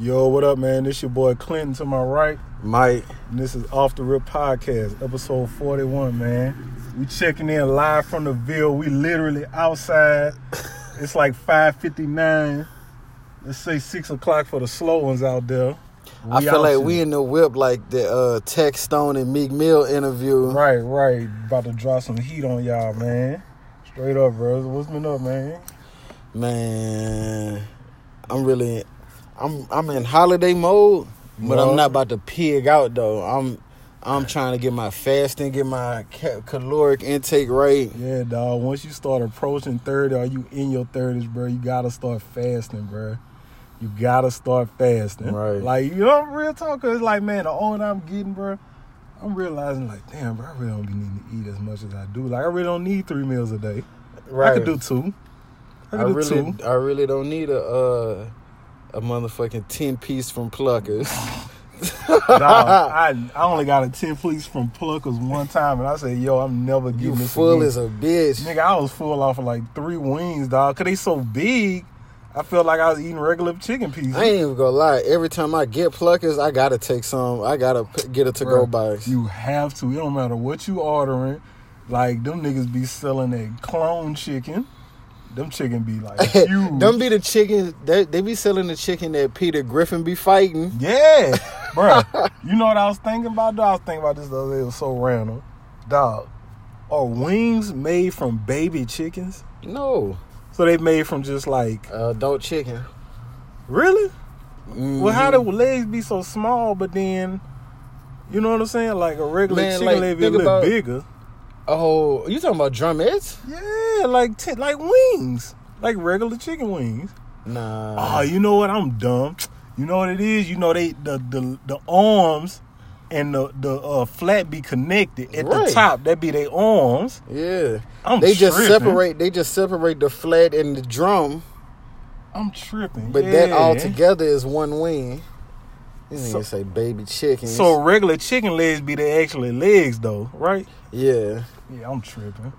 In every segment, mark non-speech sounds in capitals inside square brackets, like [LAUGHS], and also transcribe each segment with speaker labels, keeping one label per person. Speaker 1: Yo, what up, man? This your boy Clinton to my right,
Speaker 2: Mike,
Speaker 1: and this is Off the Rip Podcast, episode 41, man. We checking in live from the Ville. We literally outside. It's like 5.59. Let's say 6 o'clock for the slow ones out there.
Speaker 2: I
Speaker 1: We
Speaker 2: feel like
Speaker 1: outside.
Speaker 2: we in the whip like the uh, Tech Stone and Meek Mill interview.
Speaker 1: Right, right. About to drop some heat on y'all, man. Straight up, bro. What's been up, man?
Speaker 2: Man, I'm really, I'm I'm in holiday mode, but I'm not about to pig out though. I'm I'm trying to get my fasting, get my ca- caloric intake right.
Speaker 1: Yeah, dog. Once you start approaching 30 or you in your 30s, bro, you gotta start fasting, bro. You gotta start fasting.
Speaker 2: Right.
Speaker 1: Like, you know, real talk, 'cause it's like, man, the older I'm getting, bro, I'm realizing, like, damn, bro, I really don't be needing to eat as much as I do. Like, I really don't need three meals a day. I could do two. I
Speaker 2: I,
Speaker 1: could do
Speaker 2: [LAUGHS] really,
Speaker 1: two.
Speaker 2: I really don't need a uh, a motherfucking ten piece from Pluckers.
Speaker 1: [LAUGHS] Dog, I, I only got a 10 fleece from Pluckers one time, and I said, yo, I'm never getting
Speaker 2: you
Speaker 1: this
Speaker 2: full
Speaker 1: again.
Speaker 2: as a bitch.
Speaker 1: Nigga, I was full off of like three wings, dog. Cause they so big, I felt like I was eating regular chicken pieces.
Speaker 2: I ain't even gonna lie. Every time I get pluckers, I gotta take some. I gotta p- get a to go
Speaker 1: Bruh,
Speaker 2: box.
Speaker 1: You have to. It don't matter what you ordering. Like them niggas be selling that clone chicken. Them chicken be like huge.
Speaker 2: [LAUGHS] Them be the chicken. They, they be selling the chicken that Peter Griffin be fighting.
Speaker 1: yeah, bro. You know what I was thinking about? Though? I was thinking about this the other day. It was so random, dog. Are wings made from baby chickens?
Speaker 2: No,
Speaker 1: So they made from just like
Speaker 2: adult chicken.
Speaker 1: really?
Speaker 2: Mhm.
Speaker 1: Well, how do legs be so small, but then, you know what I'm saying? Like a regular
Speaker 2: Man,
Speaker 1: chicken
Speaker 2: like,
Speaker 1: leg be a
Speaker 2: think
Speaker 1: little
Speaker 2: about-
Speaker 1: bigger.
Speaker 2: Oh, you talking about drumettes?
Speaker 1: Yeah, like t- like wings, like regular chicken wings.
Speaker 2: Nah.
Speaker 1: Oh, you know what? I'm dumb. You know what it is? You know they the the, the arms and the the uh, flat be connected at
Speaker 2: Right.
Speaker 1: the top. That be their arms.
Speaker 2: yeah.
Speaker 1: I'm
Speaker 2: they just
Speaker 1: tripping.
Speaker 2: separate. They just separate the flat and the drum,
Speaker 1: I'm tripping.
Speaker 2: but that
Speaker 1: Yeah.
Speaker 2: all together is one wing. These
Speaker 1: So-
Speaker 2: niggas say baby chicken.
Speaker 1: So regular chicken legs be their actually legs though, right?
Speaker 2: yeah.
Speaker 1: Yeah, I'm
Speaker 2: [LAUGHS]
Speaker 1: tripping.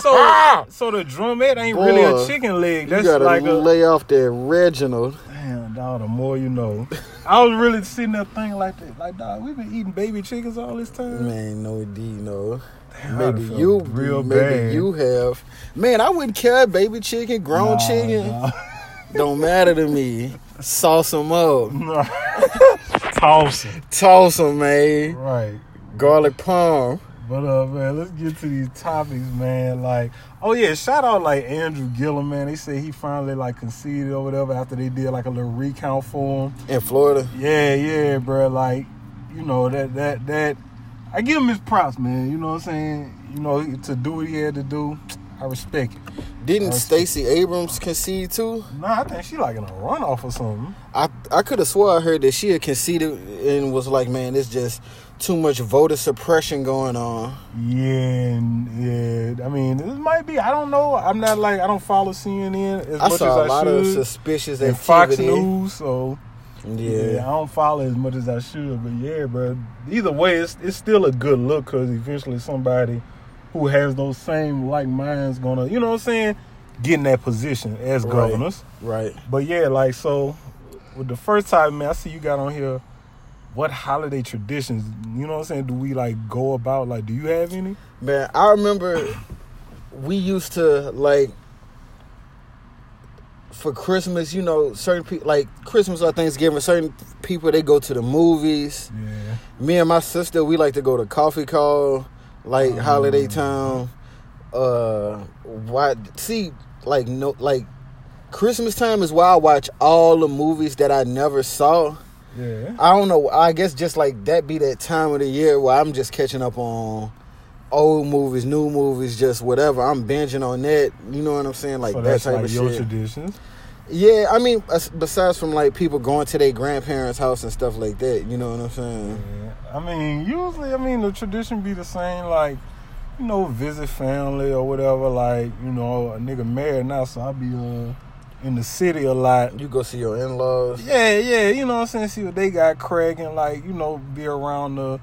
Speaker 1: so, so the drumette ain't really a
Speaker 2: Boy,
Speaker 1: chicken leg.
Speaker 2: You
Speaker 1: That's
Speaker 2: gotta
Speaker 1: like a
Speaker 2: lay off that Reginald.
Speaker 1: damn dog. The more you know. I was really sitting there thinking like that, like dog. We've been eating baby chickens all this time.
Speaker 2: Man, no indeed, no.
Speaker 1: Damn, I
Speaker 2: Maybe
Speaker 1: feel
Speaker 2: you,
Speaker 1: real
Speaker 2: maybe
Speaker 1: bad.
Speaker 2: you have. Man, I wouldn't care. Baby chicken, grown
Speaker 1: Nah,
Speaker 2: chicken,
Speaker 1: dog.
Speaker 2: [LAUGHS] don't matter to me. Sauce them up,
Speaker 1: No. Thompson.
Speaker 2: toss them, man.
Speaker 1: Right.
Speaker 2: Garlic palm.
Speaker 1: But uh man, let's get to these topics, man. Like, oh yeah, shout out like Andrew Gillum, man. They say he finally like conceded or whatever after they did like a little recount for him.
Speaker 2: In Florida,
Speaker 1: Yeah, yeah, bro. Like, you know, that that that I give him his props, man. You know what I'm saying? You know, to do what he had to do, I respect it.
Speaker 2: didn't
Speaker 1: That's-
Speaker 2: Stacey Abrams concede too?
Speaker 1: Nah, I think she like in a runoff or something.
Speaker 2: I I could have swore I heard that she had conceded and was like, man, it's just too much voter suppression going on.
Speaker 1: Yeah, and yeah. I mean, this might be. I don't know. I'm not like I don't follow CNN as
Speaker 2: I
Speaker 1: much
Speaker 2: saw a
Speaker 1: as I
Speaker 2: lot of
Speaker 1: should.
Speaker 2: suspicious
Speaker 1: and Fox
Speaker 2: activity.
Speaker 1: News, so yeah.
Speaker 2: Yeah.
Speaker 1: I don't follow as much as I should. But yeah, bro. Either way, it's it's still a good look because eventually somebody who has those same like minds gonna, you know what I'm saying, get in that position as
Speaker 2: Right.
Speaker 1: governors.
Speaker 2: right.
Speaker 1: But yeah, like so with the first time, man, I see you got on here. What holiday traditions, you know what I'm saying? Do we like go about like? Do you have any?
Speaker 2: Man, I remember we used to like for Christmas, you know, certain people like Christmas or Thanksgiving, certain people they go to the movies.
Speaker 1: Yeah.
Speaker 2: Me and my sister, we like to go to coffee call, like
Speaker 1: Mm.
Speaker 2: holiday town. Uh why see like no like Christmas time is why I watch all the movies that I never saw.
Speaker 1: Yeah.
Speaker 2: I don't know. I guess just like that be that time of the year where I'm just catching up on old movies, new movies, just whatever. I'm binging on that. You know what I'm saying? Like
Speaker 1: so
Speaker 2: that
Speaker 1: Oh, that's
Speaker 2: type
Speaker 1: like
Speaker 2: of
Speaker 1: your
Speaker 2: shit.
Speaker 1: traditions.
Speaker 2: yeah, I mean, as- besides from like people going to their grandparents' house and stuff like that. You know what I'm saying?
Speaker 1: Yeah. I mean, usually, I mean, the tradition be the same, like, you know, visit family or whatever. Like, you know, a nigga married now, so I be uh, in the city a lot.
Speaker 2: You go see your in-laws.
Speaker 1: Yeah, yeah, you know what I'm saying? See what they got cracking, like, you know, be around the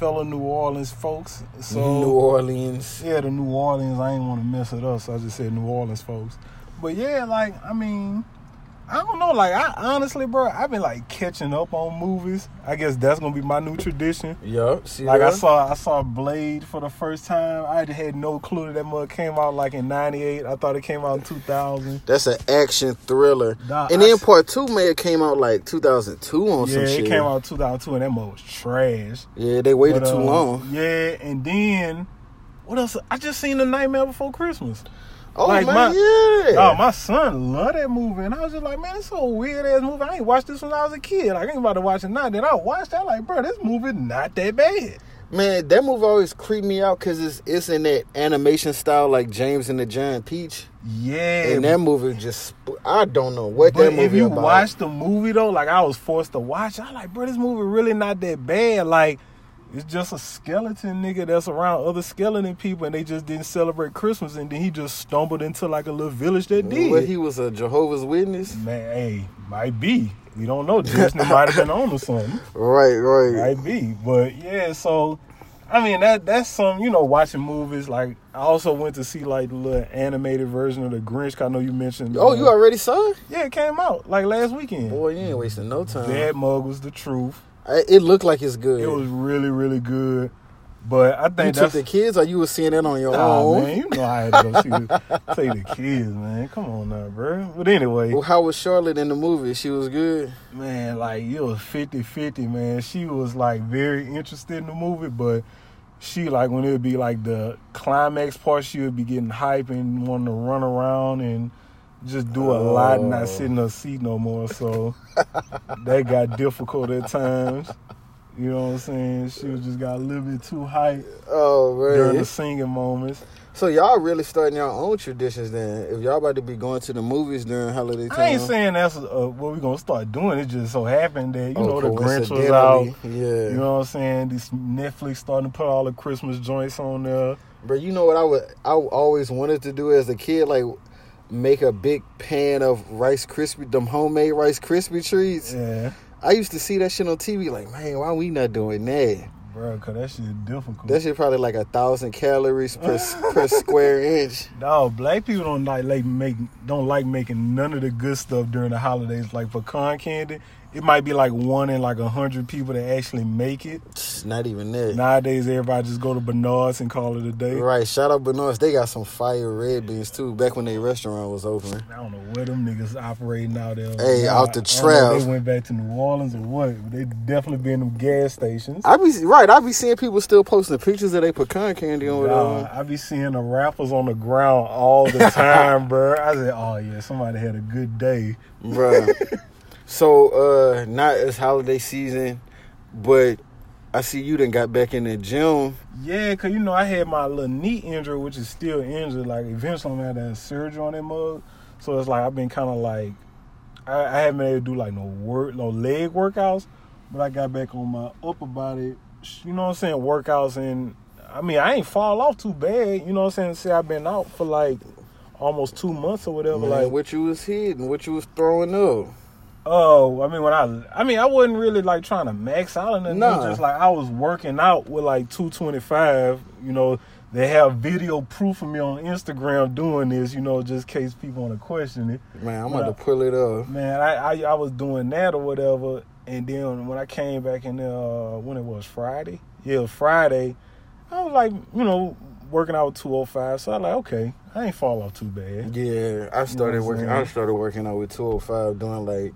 Speaker 1: fellow New Orleans folks. So,
Speaker 2: New Orleans.
Speaker 1: Yeah, the New Orleans. I ain't want to mess it up, so I just said New Orleans, folks. But yeah, like I mean, I don't know. Like I honestly, bro, I've been like catching up on movies. I guess that's gonna be my new tradition.
Speaker 2: Yup. See
Speaker 1: Like I
Speaker 2: that?
Speaker 1: saw, I saw Blade for the first time. I had- had no clue that that mug came out like in '98. I thought it came out in 2000.
Speaker 2: That's an action thriller.
Speaker 1: Nah,
Speaker 2: and
Speaker 1: I
Speaker 2: then
Speaker 1: s-
Speaker 2: part two may have came out like 2002 on
Speaker 1: Yeah,
Speaker 2: some
Speaker 1: it
Speaker 2: shit.
Speaker 1: came out in 2002, and that mug was trash.
Speaker 2: Yeah, they waited
Speaker 1: But,
Speaker 2: too
Speaker 1: uh,
Speaker 2: long.
Speaker 1: Yeah, and then what else? I just seen The Nightmare Before Christmas.
Speaker 2: Oh
Speaker 1: like
Speaker 2: man,
Speaker 1: my-
Speaker 2: yeah.
Speaker 1: Oh, my son loved that movie, and I was just like, man, it's so weird ass movie. I ain't watched this when I was a kid. Like, I ain't about to watch it now. Then I watched that, like, bro, this movie not that bad.
Speaker 2: man, that movie always creeped me out because it's it's in that animation style like James and the Giant Peach.
Speaker 1: Yeah,
Speaker 2: And that movie just sp- I don't know what
Speaker 1: but
Speaker 2: that movie
Speaker 1: if you
Speaker 2: about.
Speaker 1: watch the movie though, like I was forced to watch, it. I like, bro, this movie really not that bad. Like, it's just a skeleton nigga that's around other skeleton people, and they just didn't celebrate Christmas, and then he just stumbled into like a little village that did.
Speaker 2: What, he was a Jehovah's Witness?
Speaker 1: Man, hey, might be. We don't
Speaker 2: [LAUGHS]
Speaker 1: know. Disney might have been on or something.
Speaker 2: Right, right.
Speaker 1: Might be. But yeah, so I mean that that's some you know watching movies. Like I also went to see like the little animated version of the Grinch. 'cause I know you mentioned.
Speaker 2: Oh,
Speaker 1: uh,
Speaker 2: you already saw it?
Speaker 1: Yeah, it came out like last weekend.
Speaker 2: Boy, you ain't wasting no time.
Speaker 1: That mug was the truth.
Speaker 2: I, it looked like it's good.
Speaker 1: It was really really good. But I
Speaker 2: you
Speaker 1: think
Speaker 2: took
Speaker 1: that's
Speaker 2: the kids or you was seeing that on
Speaker 1: [LAUGHS]
Speaker 2: your
Speaker 1: Nah,
Speaker 2: own?
Speaker 1: man, you know I had to go see the, see the kids, man. Come on now, bro. But anyway,
Speaker 2: Well, how was Charlotte in the movie? She was good.
Speaker 1: man, like it was 50-50, man. She was like very interested in the movie, but she like when it would be like the climax part, she would be getting hype and wanting to run around and just do a lot and
Speaker 2: Oh.
Speaker 1: not sit in her seat no more.
Speaker 2: [LAUGHS]
Speaker 1: So that got difficult at times. You know what I'm saying? She was just got a little bit too hype
Speaker 2: Oh
Speaker 1: during
Speaker 2: man!
Speaker 1: the singing moments.
Speaker 2: So y'all really starting your own traditions then? If y'all about to be going to the movies during holiday time?
Speaker 1: I ain't saying that's uh, what we're gonna start doing. It just so happened that you
Speaker 2: Oh,
Speaker 1: know the Grinch was out.
Speaker 2: coincidentally, Yeah,
Speaker 1: You know what I'm saying? This Netflix starting to put all the Christmas joints on there.
Speaker 2: but you know what I would? I always wanted to do as a kid, like make a big pan of Rice Krispie, them homemade Rice Krispie treats.
Speaker 1: Yeah,
Speaker 2: I used to see that shit on TV. Like, man, why we not doing that?
Speaker 1: bro, cause that shit difficult.
Speaker 2: That shit probably like a thousand calories per
Speaker 1: [LAUGHS]
Speaker 2: per square inch.
Speaker 1: Dog, black people don't like, like make don't like making none of the good stuff during the holidays. Like pecan candy, it might be like one in like a hundred people that actually make it.
Speaker 2: Not even that.
Speaker 1: Nowadays, everybody just go to Bernard's and call it a day.
Speaker 2: Right, shout out Bernard's. They got some fire red beans too. Back when their restaurant was open,
Speaker 1: I don't know where them niggas operating out there.
Speaker 2: Hey,
Speaker 1: Now, I
Speaker 2: out the
Speaker 1: don't know if
Speaker 2: trail.
Speaker 1: They went back to New Orleans or what? But they definitely be in them gas stations.
Speaker 2: I be right. I be seeing people still posting pictures of their pecan candy on
Speaker 1: Nah,
Speaker 2: whatever.
Speaker 1: I be seeing the rappers on the ground all the time, bruh. I said, oh yeah, somebody had a good day.
Speaker 2: Bruh. [LAUGHS] so uh, not it's holiday season, but I see you done got back in the gym.
Speaker 1: Yeah, cause you know I had my little knee injury, which is still injured. Like eventually I'm gonna have that surgery on that mug. So it's like I've been kind of like, I, I haven't been able to do like no work, no leg workouts, but I got back on my upper body. sh- You know what I'm saying? Workouts and I mean I ain't fall off too bad. You know what I'm saying? See, I've been out for like almost two months or whatever.
Speaker 2: Man,
Speaker 1: like
Speaker 2: what you was hitting, what you was throwing up.
Speaker 1: Oh, I mean, when I, I mean, I wasn't really like trying to max out on nothing. It was
Speaker 2: Nah.
Speaker 1: just like I was working out with like two twenty five. You know, they have video proof of me on Instagram doing this. You know, just in case people want to question it.
Speaker 2: Man, I'm about to pull it up.
Speaker 1: Man, I, I I was doing that or whatever, and then when I came back in uh when it was Friday, yeah, it was Friday, I was like, you know, working out with two oh five. So I like, okay, I ain't fall off too bad.
Speaker 2: Yeah, I started
Speaker 1: what I'm
Speaker 2: working. I
Speaker 1: saying?
Speaker 2: started working out with 205, doing like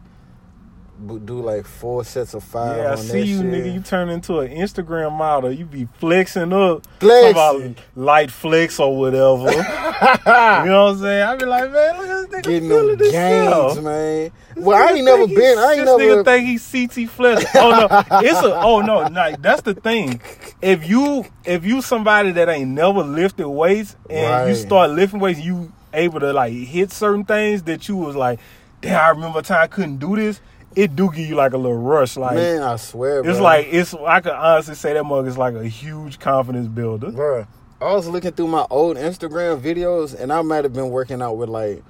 Speaker 2: b- do like four sets of five.
Speaker 1: Yeah, I
Speaker 2: on
Speaker 1: see
Speaker 2: that
Speaker 1: you,
Speaker 2: shit.
Speaker 1: nigga. You [LAUGHS] turn into an Instagram model. You be flexing up.
Speaker 2: Flexing.
Speaker 1: Talking About light flex or
Speaker 2: [LAUGHS]
Speaker 1: whatever. you know what I'm saying? I be like, man, look at Ah, this nigga
Speaker 2: getting
Speaker 1: feeling
Speaker 2: them gains,
Speaker 1: himself.
Speaker 2: man.
Speaker 1: This
Speaker 2: Well, I
Speaker 1: nigga
Speaker 2: ain't never
Speaker 1: think he-
Speaker 2: been. I ain't
Speaker 1: this nigga
Speaker 2: never.
Speaker 1: think he CT flex. Oh no,
Speaker 2: [LAUGHS]
Speaker 1: it's a. Oh no, like that's the thing. If you if you somebody that ain't never lifted weights and you
Speaker 2: Right.
Speaker 1: start lifting weights, you able to like hit certain things that you was like, damn, I remember a time I couldn't do this. It do give you like a little rush, like.
Speaker 2: man, I swear,
Speaker 1: It's
Speaker 2: bro.
Speaker 1: like it's. I can honestly say that mug is like a huge confidence builder.
Speaker 2: bro. I was looking through my old Instagram videos, and I might have been working out with like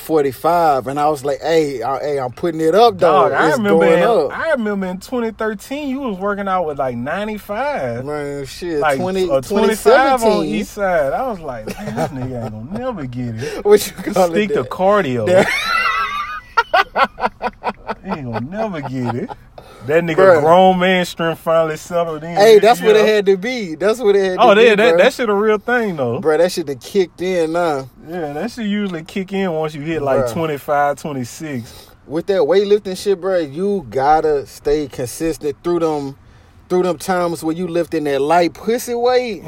Speaker 2: 145, and I was like, "Hey, I, hey, I'm putting it up, dog.
Speaker 1: Dog, I
Speaker 2: it's
Speaker 1: remember.
Speaker 2: going
Speaker 1: In,
Speaker 2: up,
Speaker 1: I remember in 2013, you was working out with like 95,
Speaker 2: man. Shit,
Speaker 1: like
Speaker 2: 20,
Speaker 1: a 25 on
Speaker 2: 2017.
Speaker 1: each side. I was like, man, this nigga ain't gonna never get it.
Speaker 2: [LAUGHS] What you
Speaker 1: Just
Speaker 2: call
Speaker 1: stick
Speaker 2: it?
Speaker 1: to
Speaker 2: that?
Speaker 1: cardio. [LAUGHS] He ain't gonna never get it. That nigga
Speaker 2: Bruh.
Speaker 1: grown man strength finally settled in.
Speaker 2: Hey,
Speaker 1: this
Speaker 2: that's what
Speaker 1: year.
Speaker 2: it had to be. That's what it had to
Speaker 1: Oh,
Speaker 2: be.
Speaker 1: that, that
Speaker 2: bruh.
Speaker 1: that shit a real thing though.
Speaker 2: Bruh, that shit that kicked in now.
Speaker 1: Yeah, that shit usually kick in once you hit like
Speaker 2: Bruh.
Speaker 1: 25, 26.
Speaker 2: With that weightlifting shit, bruh, you gotta stay consistent through them through them times where you lifting that light
Speaker 1: [LAUGHS]
Speaker 2: pussy weight.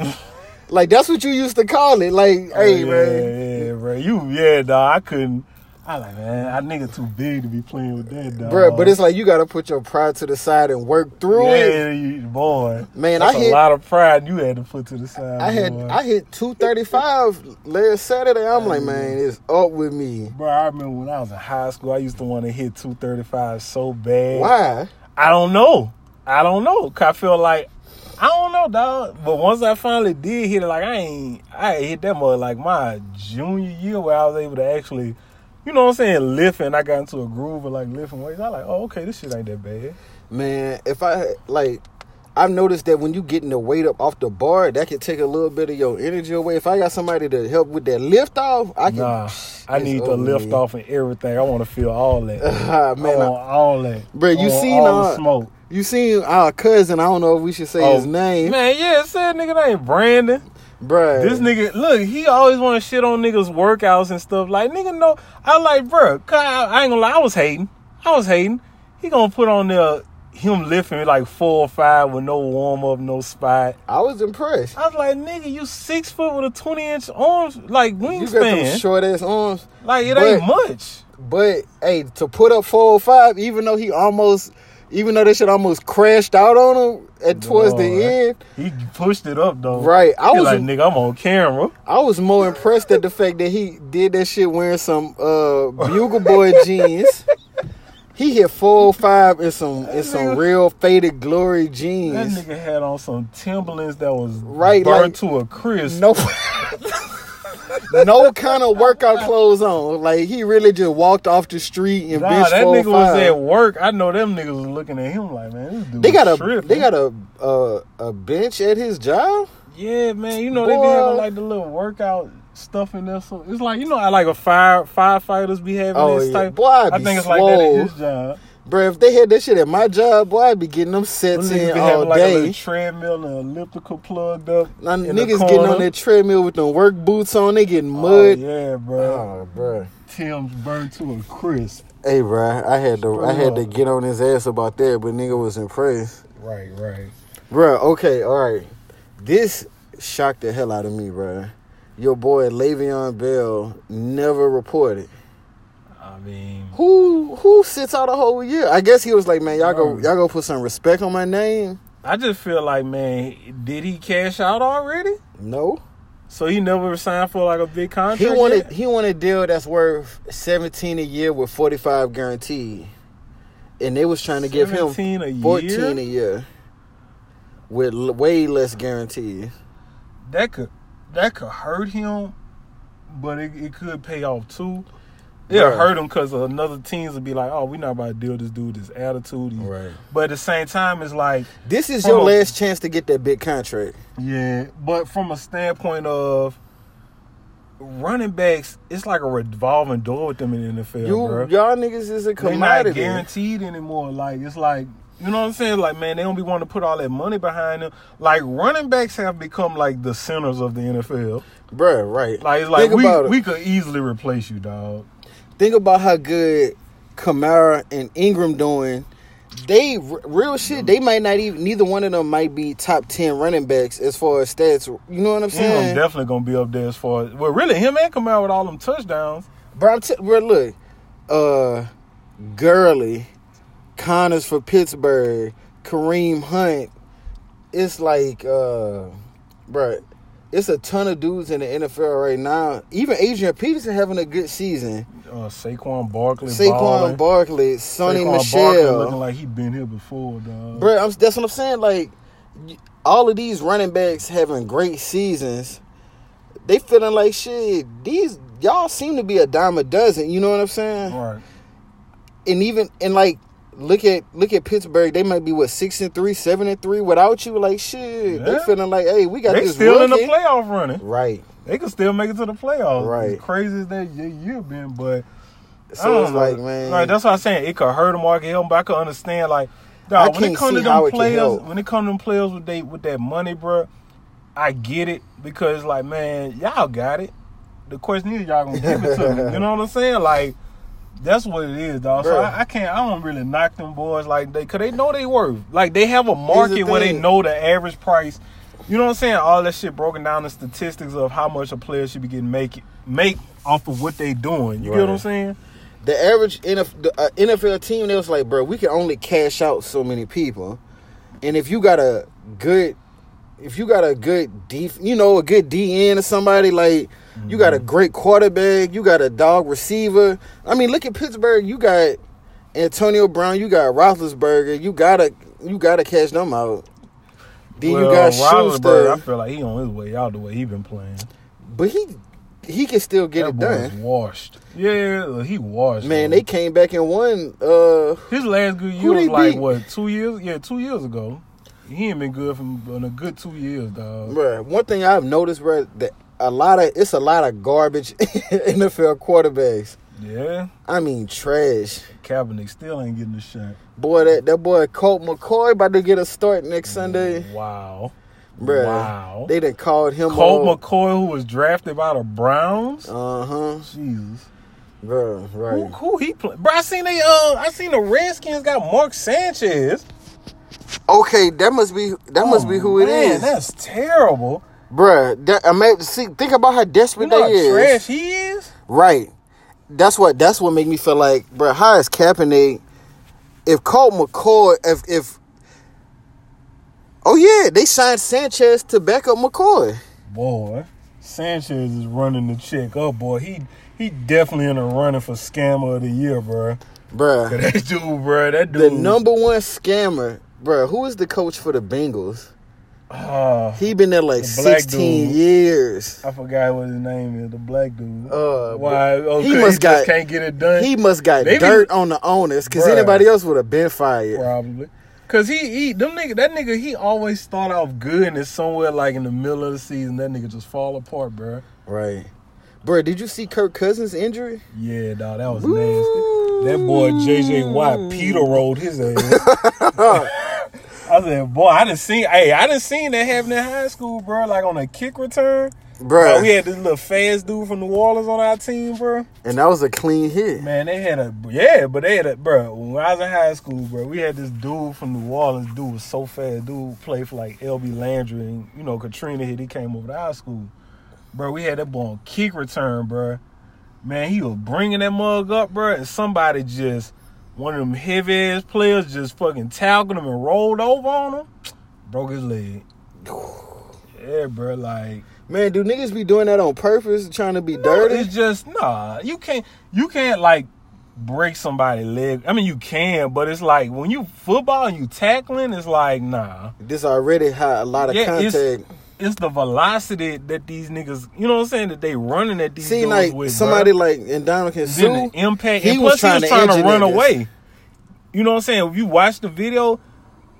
Speaker 2: like that's what you used to call it. Like, hey
Speaker 1: Oh, yeah,
Speaker 2: man.
Speaker 1: yeah, bro. You, yeah, dog. I couldn't. I like, man, I nigga too big to be playing with that, dog.
Speaker 2: Bruh, but it's like you gotta put your pride to the side and work through it.
Speaker 1: yeah, you, boy.
Speaker 2: Man,
Speaker 1: that's
Speaker 2: I
Speaker 1: a
Speaker 2: hit-
Speaker 1: lot of pride you had to put to the side.
Speaker 2: I had
Speaker 1: boy.
Speaker 2: I hit two thirty five last Saturday. I'm like, man, it's up with me.
Speaker 1: Bro, I remember when I was in high school, I used to want to hit 235 so bad.
Speaker 2: Why?
Speaker 1: I don't know. I don't know. 'Cause I feel like I don't know, dog. But once I finally did hit it, like I ain't, I ain't hit that much. Like my junior year, where I was able to actually, you know what I'm saying, lift, and I got into a groove of like lifting weights. I like, oh, okay, this shit ain't that bad.
Speaker 2: Man, if I like, I've noticed that when you getting the weight up off the bar, that can take a little bit of your energy away. If I got somebody to help with that lift off, I can.
Speaker 1: Nah, I
Speaker 2: it's
Speaker 1: need the
Speaker 2: over
Speaker 1: lift
Speaker 2: with.
Speaker 1: off Oh. and everything. I want to feel all that.
Speaker 2: [LAUGHS] Ah,
Speaker 1: Man, I
Speaker 2: [LAUGHS] man,
Speaker 1: want all that,
Speaker 2: Bruh, you
Speaker 1: I want
Speaker 2: seen,
Speaker 1: all the
Speaker 2: uh,
Speaker 1: smoke?
Speaker 2: I- you seen our cousin? I don't know if we should say his name,
Speaker 1: Oh, man, yeah, it said nigga that ain't Brandon.
Speaker 2: bruh.
Speaker 1: This nigga, look, he always want to shit on niggas' workouts and stuff. Like, nigga, no, I like, bruh, 'cause I, I ain't gonna lie, I was hating. I was hating. He gonna put on there him lifting like four or five with no warm up, no spot.
Speaker 2: I was impressed.
Speaker 1: I was like, nigga, you six foot with a twenty inch arms, like
Speaker 2: You got them
Speaker 1: wingspan.
Speaker 2: short ass arms,
Speaker 1: Like, it
Speaker 2: but-
Speaker 1: ain't much.
Speaker 2: but hey, to put up four or five, even though he almost, even though that shit almost crashed out on him at towards
Speaker 1: Lord.
Speaker 2: the end,
Speaker 1: He pushed it up though.
Speaker 2: Right, I
Speaker 1: I was
Speaker 2: was-
Speaker 1: like, nigga, I'm on camera.
Speaker 2: I was more impressed at the fact that he did that shit wearing some uh
Speaker 1: [LAUGHS]
Speaker 2: bugle boy jeans. He hit four oh five in some in some
Speaker 1: nigga-
Speaker 2: real faded glory
Speaker 1: That
Speaker 2: jeans.
Speaker 1: nigga had on some Timberlands that was
Speaker 2: Right,
Speaker 1: burnt
Speaker 2: like-
Speaker 1: to a crisp.
Speaker 2: No No kind of workout clothes on. Like he really just walked off the street and
Speaker 1: Nah,
Speaker 2: bitch
Speaker 1: that nigga
Speaker 2: 405.
Speaker 1: was at work. I know them niggas was looking at him like, man, this dude.
Speaker 2: They got a
Speaker 1: tripping.
Speaker 2: they got a uh, a bench at his job.
Speaker 1: yeah, man. You know they be
Speaker 2: Boy.
Speaker 1: having like the little workout stuff in there. So it's like you know, I like a fire firefighters be having
Speaker 2: Oh,
Speaker 1: this
Speaker 2: yeah.
Speaker 1: type.
Speaker 2: Boy, I
Speaker 1: I
Speaker 2: be
Speaker 1: think it's like that
Speaker 2: swole.
Speaker 1: at his job.
Speaker 2: Bruh, if they had that shit at my job, boy, I'd be getting them
Speaker 1: Them
Speaker 2: sets
Speaker 1: niggas
Speaker 2: in
Speaker 1: be having
Speaker 2: all
Speaker 1: like a
Speaker 2: day.
Speaker 1: little treadmill and elliptical plugged up.
Speaker 2: Now,
Speaker 1: in the
Speaker 2: niggas getting on
Speaker 1: corner.
Speaker 2: that treadmill with them work boots on, they getting
Speaker 1: Oh,
Speaker 2: mud.
Speaker 1: yeah, bro.
Speaker 2: Oh, bruh.
Speaker 1: Tim's burned to a crisp.
Speaker 2: Hey, bruh, I had to I had to
Speaker 1: up.
Speaker 2: get on his ass about that, but nigga was impressed.
Speaker 1: Right, right.
Speaker 2: Bruh, okay, all right. This shocked the hell out of me, bruh. Your boy Le'Veon Bell never reported.
Speaker 1: I mean,
Speaker 2: Who who sits out a whole year? I guess he was like, man, y'all go
Speaker 1: Bruh.
Speaker 2: y'all go put some respect on my name.
Speaker 1: I just feel like, man, did he cash out already?
Speaker 2: No,
Speaker 1: So he never signed for like a big contract.
Speaker 2: he
Speaker 1: yet?
Speaker 2: wanted he wanted a deal that's worth seventeen a year with forty five guaranteed, and they was trying to give him
Speaker 1: 17 a
Speaker 2: fourteen a
Speaker 1: year?
Speaker 2: year with l- way less guarantee.
Speaker 1: that could that could hurt him, but it, it could pay off too. It'll
Speaker 2: Right.
Speaker 1: hurt him because another teams will be like, "Oh, we not about to deal with this dude, this attitude." He- But at the same time, it's like,
Speaker 2: This is
Speaker 1: Hold
Speaker 2: your
Speaker 1: on.
Speaker 2: last chance to get that big contract.
Speaker 1: yeah. But from a standpoint of running backs, it's like a revolving door with them in the NFL,
Speaker 2: you
Speaker 1: bro.
Speaker 2: y'all niggas is
Speaker 1: They're
Speaker 2: a
Speaker 1: not
Speaker 2: commodity.
Speaker 1: guaranteed anymore. Like it's like you know what I'm saying. Like man, they don't be wanting to put all that money behind them. Like running backs have become like the centers of the NFL.
Speaker 2: Bruh, right.
Speaker 1: Like it's like
Speaker 2: think about
Speaker 1: we,
Speaker 2: it.
Speaker 1: we could easily replace you, dog.
Speaker 2: think about how good Kamara and Ingram doing. They r- real shit. They might not even neither one of them might be top ten running backs as far as stats. You know what I'm saying?
Speaker 1: Ingram definitely gonna be up there as far as well. Really, him and Kamara with all them touchdowns.
Speaker 2: Bro, I'm t- bro, look, uh, Gurley, Connors for Pittsburgh, Kareem Hunt. It's like, uh, bro, it's a ton of dudes in the NFL right now. Even Adrian Peterson having a good season.
Speaker 1: Uh, Saquon Barkley,
Speaker 2: Saquon
Speaker 1: balling.
Speaker 2: Barkley, Sonny
Speaker 1: Saquon Barkley looking
Speaker 2: Michelle.
Speaker 1: like he been here before, dog.
Speaker 2: Bro, I'm, that's what I'm saying. Like, y- all of these running backs having great seasons, they feeling like shit. These y'all seem to be a dime a dozen. You know what I'm saying?
Speaker 1: Right.
Speaker 2: and even and like look at look at Pittsburgh, they might be what six and three, seven and three without you. Like shit, they
Speaker 1: Yeah.
Speaker 2: feeling like hey, we got
Speaker 1: They
Speaker 2: this
Speaker 1: still in the
Speaker 2: rookie.
Speaker 1: playoff running.
Speaker 2: Right,
Speaker 1: They could still make it to the playoffs.
Speaker 2: Right.
Speaker 1: As crazy as that year year been, but
Speaker 2: So it's
Speaker 1: don't know.
Speaker 2: like, man,
Speaker 1: like that's what I'm saying. It could hurt him or it could help him, but I could understand. Like,
Speaker 2: I
Speaker 1: dog, when it
Speaker 2: can't
Speaker 1: comes to
Speaker 2: see how
Speaker 1: them
Speaker 2: it can
Speaker 1: players,
Speaker 2: help.
Speaker 1: when it comes to them players with they with that money, bro, I get it because like, man, y'all got it. The question is, y'all gonna give it to
Speaker 2: [LAUGHS]
Speaker 1: me. You know what I'm saying? Like, that's what it is, dog. So
Speaker 2: Bro.
Speaker 1: I, I can't. I don't really knock them boys like they, cause they know they worth. Like they have a market where they
Speaker 2: thing.
Speaker 1: know the average price. You know what I'm saying? All that shit broken down the statistics of how much a player should be getting make make off of what they doing. You get what I'm
Speaker 2: Right.
Speaker 1: saying?
Speaker 2: the average NFL, the, uh, NFL team, they was like, bro, we can only cash out so many people, and if you got a good, if you got a good def, you know, a good DN or somebody like, you got
Speaker 1: Mm-hmm.
Speaker 2: a great quarterback, you got a dog receiver. I mean, look at Pittsburgh. You got Antonio Brown, you got Roethlisberger, you gotta, you gotta cash them out. Then you got
Speaker 1: Roethlisberger, I
Speaker 2: Schuster,
Speaker 1: feel like he on his way out the way he been playing.
Speaker 2: but he, he can still get
Speaker 1: that
Speaker 2: it
Speaker 1: boy is
Speaker 2: done.
Speaker 1: washed. Yeah, he washed.
Speaker 2: Man,
Speaker 1: bro.
Speaker 2: they came back and won. Uh,
Speaker 1: his last good
Speaker 2: Who
Speaker 1: year was
Speaker 2: they
Speaker 1: like
Speaker 2: beat?
Speaker 1: what two years? Yeah, two years ago. He ain't been good for in a good two years, dog.
Speaker 2: Bruh, one thing I've noticed, bruh, that a lot of it's a lot of garbage [LAUGHS] NFL quarterbacks.
Speaker 1: Yeah,
Speaker 2: I mean, trash.
Speaker 1: Kaepernick still ain't getting a shot.
Speaker 2: Boy, that, that boy Colt McCoy about to get a start next Sunday,
Speaker 1: Wow,
Speaker 2: bruh.
Speaker 1: wow.
Speaker 2: They done called him
Speaker 1: Colt McCoy, who was drafted by the Browns.
Speaker 2: Uh huh,
Speaker 1: Jesus,
Speaker 2: bruh.
Speaker 1: who,
Speaker 2: Right.
Speaker 1: who he play? Bro, I seen they uh, I seen the Redskins got Mark Sanchez.
Speaker 2: Okay, that must be that must be who it
Speaker 1: Oh, Man,
Speaker 2: is,
Speaker 1: That's terrible.
Speaker 2: bruh. That, I mean, see, think about how
Speaker 1: You
Speaker 2: desperate
Speaker 1: know
Speaker 2: they
Speaker 1: how
Speaker 2: is.
Speaker 1: trash he is.
Speaker 2: Right. That's what that's what make me feel like, bruh, how is Kaepernick if Colt McCoy if if Oh yeah, they signed Sanchez to back up McCoy.
Speaker 1: Boy, Sanchez is running the check. Oh boy, he he definitely in the running for scammer of the year, bro.
Speaker 2: Bruh.
Speaker 1: [LAUGHS] That dude, bro. That dude.
Speaker 2: The number one scammer, bruh, who is the coach for the Bengals?
Speaker 1: Ah,
Speaker 2: He been there like
Speaker 1: The black
Speaker 2: sixteen
Speaker 1: dude.
Speaker 2: years.
Speaker 1: I forgot what his name is. The black dude.
Speaker 2: Uh,
Speaker 1: Why? Okay,
Speaker 2: he
Speaker 1: just
Speaker 2: must got-
Speaker 1: can't get it done.
Speaker 2: He must got
Speaker 1: They be-
Speaker 2: dirt on the owners because
Speaker 1: Bruh.
Speaker 2: anybody else would have been fired.
Speaker 1: probably. Cause he, he, them nigga, that nigga, he always start off good, and it's somewhere like in the middle of the season, that nigga just fall apart, bro.
Speaker 2: Right. Bruh, did you see Kirk Cousins' injury?
Speaker 1: Yeah, dog, that was nasty. That boy JJ
Speaker 2: Hmm.
Speaker 1: Watt Peter rolled his ass. [LAUGHS] I said, boy, I done seen, hey, I done seen that happen in high school, bro. Like on a kick return, Like,
Speaker 2: Bruh.
Speaker 1: we had this little fast dude from New Orleans on our team, bro.
Speaker 2: And that was a clean hit.
Speaker 1: Man, they had a yeah, but they had a bro. When I was in high school, bro, we had this dude from New Orleans. Dude was so fast. Dude played for like LB Landry, and you know Katrina hit. He came over to our school, bro. We had that boy on kick return, bro. Man, he was bringing that mug up, bro, and somebody just one of them heavy ass players just fucking tackled him and rolled over on him, broke his leg. [SIGHS] Yeah, bro, like
Speaker 2: Man, do niggas be doing that on purpose, trying to be
Speaker 1: no,
Speaker 2: dirty?
Speaker 1: It's just nah. You can't. You can't like break somebody's leg. I mean, you can, but it's like when you football and you tackling, it's like nah.
Speaker 2: This already had a lot of
Speaker 1: Yeah, it's-
Speaker 2: contact.
Speaker 1: It's the velocity that these niggas. You know what I'm saying? That they running at these.
Speaker 2: See,
Speaker 1: dudes
Speaker 2: like
Speaker 1: with,
Speaker 2: somebody
Speaker 1: bruh.
Speaker 2: like Indama
Speaker 1: Then the
Speaker 2: can sue.
Speaker 1: impact.
Speaker 2: he
Speaker 1: and
Speaker 2: was
Speaker 1: plus, he was
Speaker 2: trying to
Speaker 1: trying to,
Speaker 2: engineer
Speaker 1: run
Speaker 2: this.
Speaker 1: away. You know what I'm saying? If you watch the video,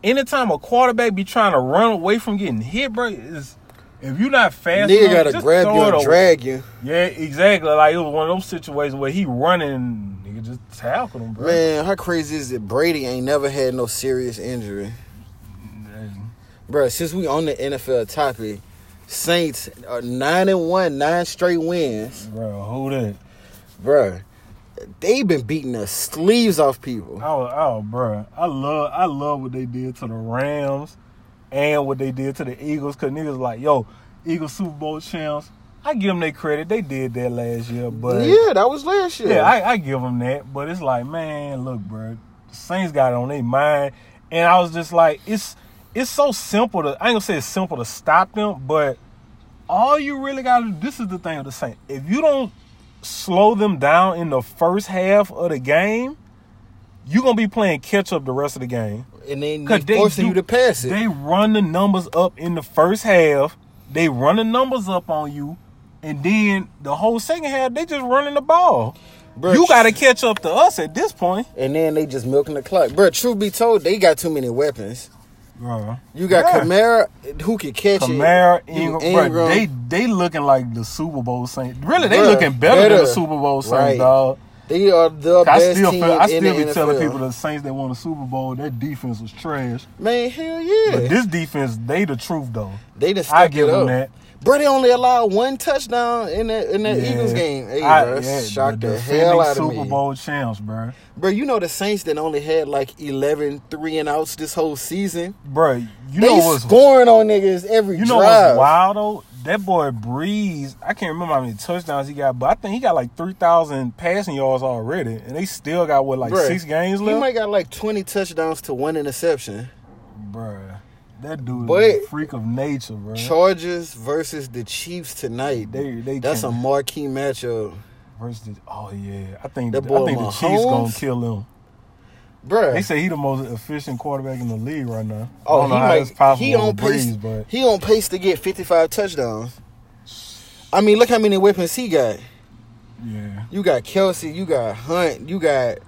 Speaker 1: anytime a quarterback be trying to run away from getting hit, bro, is if you're not fast
Speaker 2: Nigga
Speaker 1: enough,
Speaker 2: gotta
Speaker 1: just
Speaker 2: grab
Speaker 1: throw
Speaker 2: you
Speaker 1: it
Speaker 2: and
Speaker 1: away.
Speaker 2: drag you.
Speaker 1: Yeah, exactly. Like it was one of those situations where he running, nigga just tackled him, bro.
Speaker 2: Man, how crazy is it? Brady ain't never had no serious injury. Bruh, since we on the NFL topic, Saints are nine and one, nine straight wins.
Speaker 1: Bro, who that?
Speaker 2: Bruh. They been beating the sleeves off people.
Speaker 1: Oh, oh, bro. I love, I love what they did to the Rams, and what they did to the Eagles. Cause niggas like, yo, Eagles Super Bowl champs. I give them their credit. They did that last year, but
Speaker 2: yeah, that was last year.
Speaker 1: Yeah, I, I give them that, but it's like, man, look, bro, the Saints got it on their mind, and I was just like, it's it's so simple to I ain't gonna say it's simple to stop them, but all you really gotta do, this is the thing of the Saints. If you don't slow them down in the first half of the game, you're gonna be playing catch up the rest of the game.
Speaker 2: and then they
Speaker 1: Cause they
Speaker 2: forcing
Speaker 1: do-
Speaker 2: you to pass it.
Speaker 1: They run the numbers up in the first half. They run the numbers up on you, and then the whole second half they just running the ball.
Speaker 2: Bruh,
Speaker 1: you got to catch up to us at this point.
Speaker 2: and then they just milking the clock. Bruh, truth be told, they got too many weapons. You got
Speaker 1: Yeah.
Speaker 2: Kamara who can catch
Speaker 1: Kamara,
Speaker 2: it. You
Speaker 1: Ingram, bruh, they they looking like the Super Bowl Saints. Really, they
Speaker 2: Bruh,
Speaker 1: looking better, than
Speaker 2: better.
Speaker 1: the Super Bowl Saints,
Speaker 2: Right.
Speaker 1: dog.
Speaker 2: They are the
Speaker 1: I
Speaker 2: best
Speaker 1: still,
Speaker 2: team
Speaker 1: feel, I
Speaker 2: in
Speaker 1: still
Speaker 2: the
Speaker 1: be
Speaker 2: NFL.
Speaker 1: telling people the Saints that won the Super Bowl that defense was trash.
Speaker 2: man, hell yeah,
Speaker 1: But this defense, they the truth though.
Speaker 2: they just
Speaker 1: I
Speaker 2: stuck
Speaker 1: give
Speaker 2: it
Speaker 1: them
Speaker 2: up.
Speaker 1: that.
Speaker 2: Brady only allowed one touchdown in that in that
Speaker 1: Yeah.
Speaker 2: Eagles game. Hey,
Speaker 1: I-
Speaker 2: bro,
Speaker 1: yeah,
Speaker 2: shocked the,
Speaker 1: defending
Speaker 2: hell out
Speaker 1: Super
Speaker 2: of me,
Speaker 1: Bowl champs, bro.
Speaker 2: bro. You know the Saints that only had like 11 three and outs this whole season.
Speaker 1: Bro, you know
Speaker 2: they
Speaker 1: what's
Speaker 2: scoring on niggas every
Speaker 1: you know
Speaker 2: drive.
Speaker 1: what's wild though? That boy Breeze, I can't remember how many touchdowns he got, but I think he got like three thousand passing yards already, and they still got what like
Speaker 2: Bruh,
Speaker 1: six games
Speaker 2: He
Speaker 1: left.
Speaker 2: might got like 20 touchdowns to one interception.
Speaker 1: Bruh, that dude is a
Speaker 2: But-
Speaker 1: freak of nature, bro.
Speaker 2: Chargers versus the Chiefs tonight.
Speaker 1: They- they
Speaker 2: That's a
Speaker 1: can't-
Speaker 2: marquee matchup.
Speaker 1: Versus, oh yeah, I think
Speaker 2: That
Speaker 1: I
Speaker 2: boy
Speaker 1: think the Chiefs gonna
Speaker 2: Mahomes?
Speaker 1: kill him.
Speaker 2: Bruh.
Speaker 1: They say he the most efficient quarterback in the league right now. I
Speaker 2: oh,
Speaker 1: don't
Speaker 2: he
Speaker 1: know how that's
Speaker 2: might,
Speaker 1: possible
Speaker 2: he on
Speaker 1: with
Speaker 2: pace.
Speaker 1: Breeze, but
Speaker 2: He on pace to get 55 touchdowns. I mean, look how many weapons he got.
Speaker 1: yeah,
Speaker 2: You got Kelsey, you got Hunt, you got